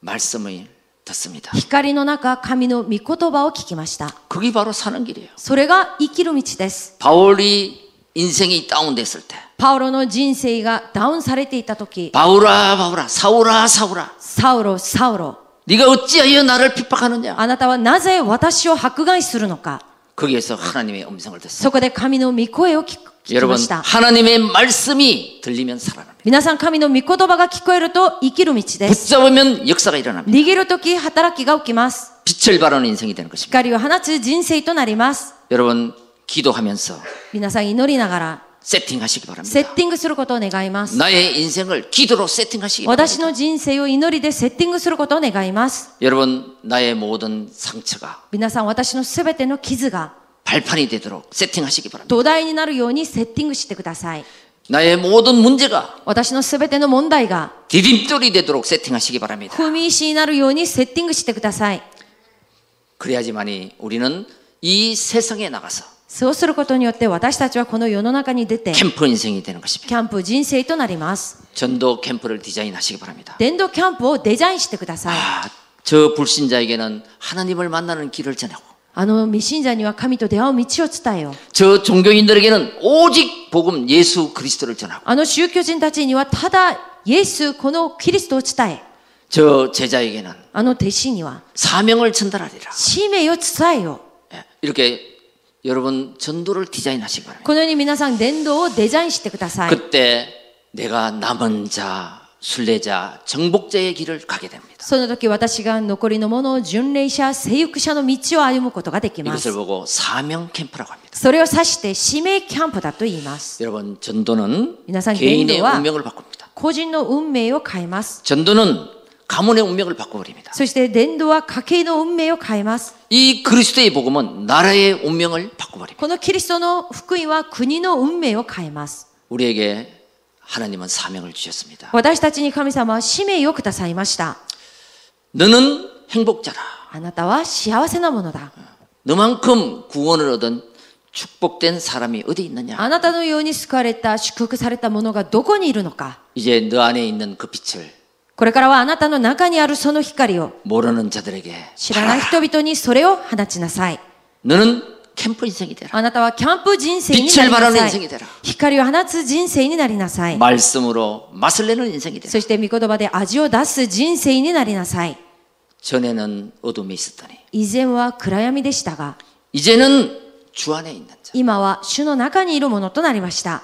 Speaker 1: 말씀을 듣습니다.
Speaker 2: 光の中、神の御言葉を聞きました。
Speaker 1: 그게 바로 사는 길이에요.
Speaker 2: それが生きる道です。
Speaker 1: 바울이 인생이 다운됐을 때
Speaker 2: パウロの人生がダウンされていたとき、
Speaker 1: 바울아 바울아 사울아 사울아
Speaker 2: サウロ、サウロ、
Speaker 1: 네가 어찌하여 나를 핍박하느냐
Speaker 2: あなたはなぜ私を迫害するのか。
Speaker 1: 거기에서 하나님의 음성을 듣습니다.
Speaker 2: そこで神の御声を聞く聞き
Speaker 1: 여러분
Speaker 2: ました。
Speaker 1: 하나님의 말씀이 들리면 살아납니다.
Speaker 2: 皆さん、神の御言葉が聞こえると生きる道です。
Speaker 1: 붙잡으면 역사가 일어납니다.
Speaker 2: 逃げるとき、働きが起きます。
Speaker 1: 빛을 발하는 인생이 되는 것입니다.
Speaker 2: 光を放つ人生となります。
Speaker 1: 여러분 기도하면서
Speaker 2: 皆さん、祈りながら、
Speaker 1: 세팅하시기 바랍니다.
Speaker 2: セッティングすることを願います。
Speaker 1: 나의 인생을 기도로 세팅하시기 바랍니다.
Speaker 2: 私の人生を祈りでセッティングすることを願います。
Speaker 1: 여러분 나의 모든 상처가
Speaker 2: 皆さん、私のすべての傷が
Speaker 1: 발판이 되도록 세팅하시기 바랍니다.
Speaker 2: 土台になるようにセッティングしてください。
Speaker 1: 나의 모든 문제가
Speaker 2: 私のすべての問題が
Speaker 1: 디딤돌이 되도록 세팅하시기 바랍니다.
Speaker 2: 踏み石になるようにセッティングしてください。
Speaker 1: 그래야지만이 우리는 이 세상에 나가서
Speaker 2: そうすることによって私たちはこの世の中に出て、
Speaker 1: 캠프 인생이 되는 것입니다.
Speaker 2: キャンプ人生となります。
Speaker 1: 전도 캠프를 디자인하시기 바랍니다.
Speaker 2: 電動キャンプをデザインしてください。
Speaker 1: 아, 저 불신자에게는 하나님을 만나는 길을 전하고
Speaker 2: あの未信者には神と出会う道を伝えよう。
Speaker 1: 저 종교인들에게는 오직 복음 예수 그리스도를 전하고
Speaker 2: あの宗教人たちにはただイエス、このキリストを伝え、
Speaker 1: 저 제자에게는
Speaker 2: あの弟子には
Speaker 1: 사명을 전달하리라.
Speaker 2: 使命を伝えよう。
Speaker 1: 예, 이렇게 여러분 전도를 디자인하시기 바랍니다.
Speaker 2: このように皆さん伝道をデザインしてください。
Speaker 1: 그때 내가 남은 자, 순례자, 정복자의 길을 가게 됩니다.
Speaker 2: その時私が残りのものを巡礼者、征服者の道を歩むことができま
Speaker 1: 이것을
Speaker 2: す。
Speaker 1: 보고 사명 캠프라고 합니다.
Speaker 2: それを指して使命キャンプだと言います。
Speaker 1: 여러분 전도는
Speaker 2: 이나상
Speaker 1: 개인의
Speaker 2: 개인도와-
Speaker 1: 운명을 바꿉니다.
Speaker 2: 個人の運命を変えます。
Speaker 1: 전도는 가문의 운명을 바꿔버립니다.
Speaker 2: そして伝道は家計の運命を変えます。
Speaker 1: 이 그리스도의 복음은 나라의 운명을 바꿔버립니다.
Speaker 2: このキリストの福音は国の運命を変えます。
Speaker 1: 우리에게 하나님은 사명을 주셨습니다.
Speaker 2: 私たちに神様は使命をくださいました。
Speaker 1: 너는 행복자라.
Speaker 2: あなたは幸せなものだ。
Speaker 1: 너만큼 구원을 얻은 축복된 사람이 어디 있느냐?
Speaker 2: あなたのように救われた、祝福されたものがどこにいるのか。
Speaker 1: 이제 너 안에 있는 그 빛을
Speaker 2: これからはあなたの中にあるその光を
Speaker 1: 모르는 자들에게
Speaker 2: 知らない
Speaker 1: 바라라.
Speaker 2: 人々にそれを放ちなさい。
Speaker 1: 너는 캠프 인생이 되라.
Speaker 2: あなたはキャンプ人生になり
Speaker 1: 빛을바라는
Speaker 2: なさ
Speaker 1: 인생이되라
Speaker 2: い。光を放つ人生になりなさい。
Speaker 1: 말씀으로 맛을 내는 인생이 되라.
Speaker 2: そして御言葉で味を出す人生になりなさい。
Speaker 1: 전에는 어둠이 있었더니
Speaker 2: 以前は暗闇でしたが、
Speaker 1: 이제는 주 안에 있는 자,
Speaker 2: 今は主の中にいるものとなりました。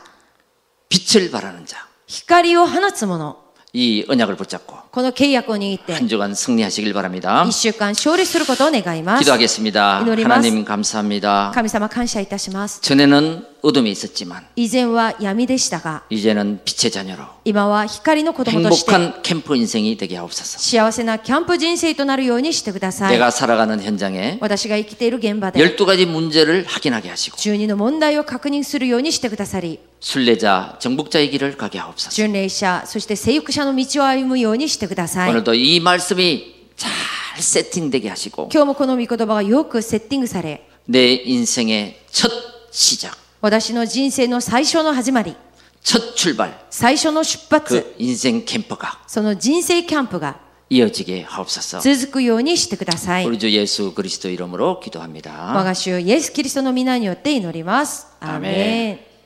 Speaker 1: 빛을 바라는 자,
Speaker 2: 光を放つもの、
Speaker 1: 이 언약을 붙잡고
Speaker 2: この契約を握って、
Speaker 1: 한 주간 승리하시길 바랍니다.
Speaker 2: 一週間勝利することを願います。
Speaker 1: 기도하겠습니다.
Speaker 2: 기도드리마스.
Speaker 1: 하나님 감사합니다.
Speaker 2: 神様感謝いたします。
Speaker 1: 전에는 어둠에 있었지만
Speaker 2: 以前は闇でしたが
Speaker 1: 이제는 빛의 자녀로
Speaker 2: 今は光の子供として
Speaker 1: 행복한 캠프 인생이 되게 하옵소서.
Speaker 2: 幸せなキャンプ人生となるようにしてください
Speaker 1: 내가 살아가는 네. 현장에
Speaker 2: 私が生きている現場で
Speaker 1: 12가지 문제를 확인하게 하시고
Speaker 2: 12の問題を確認するようにしてくださり
Speaker 1: 순례자, 정복자의 길을 가게 하옵소서.
Speaker 2: 巡礼者そして性欲者の道を歩むようにしてください
Speaker 1: 오늘도 이 말씀이 잘 세팅되게 하시고
Speaker 2: 今日もこの御言葉がよくセッティングされ
Speaker 1: 내 인생의 첫 시작,
Speaker 2: 私の人生の最初の始まり
Speaker 1: 첫 출발,
Speaker 2: 最初の出発
Speaker 1: 그 인생 캠퍼가
Speaker 2: その人生キャンプが
Speaker 1: 이어지게 하옵소서.
Speaker 2: 続くようにしてください
Speaker 1: 우리 주 예수 그리스도 이름으로
Speaker 2: 我
Speaker 1: 기도합니다.
Speaker 2: が主イエス・キリストの皆によって祈ります。アーメン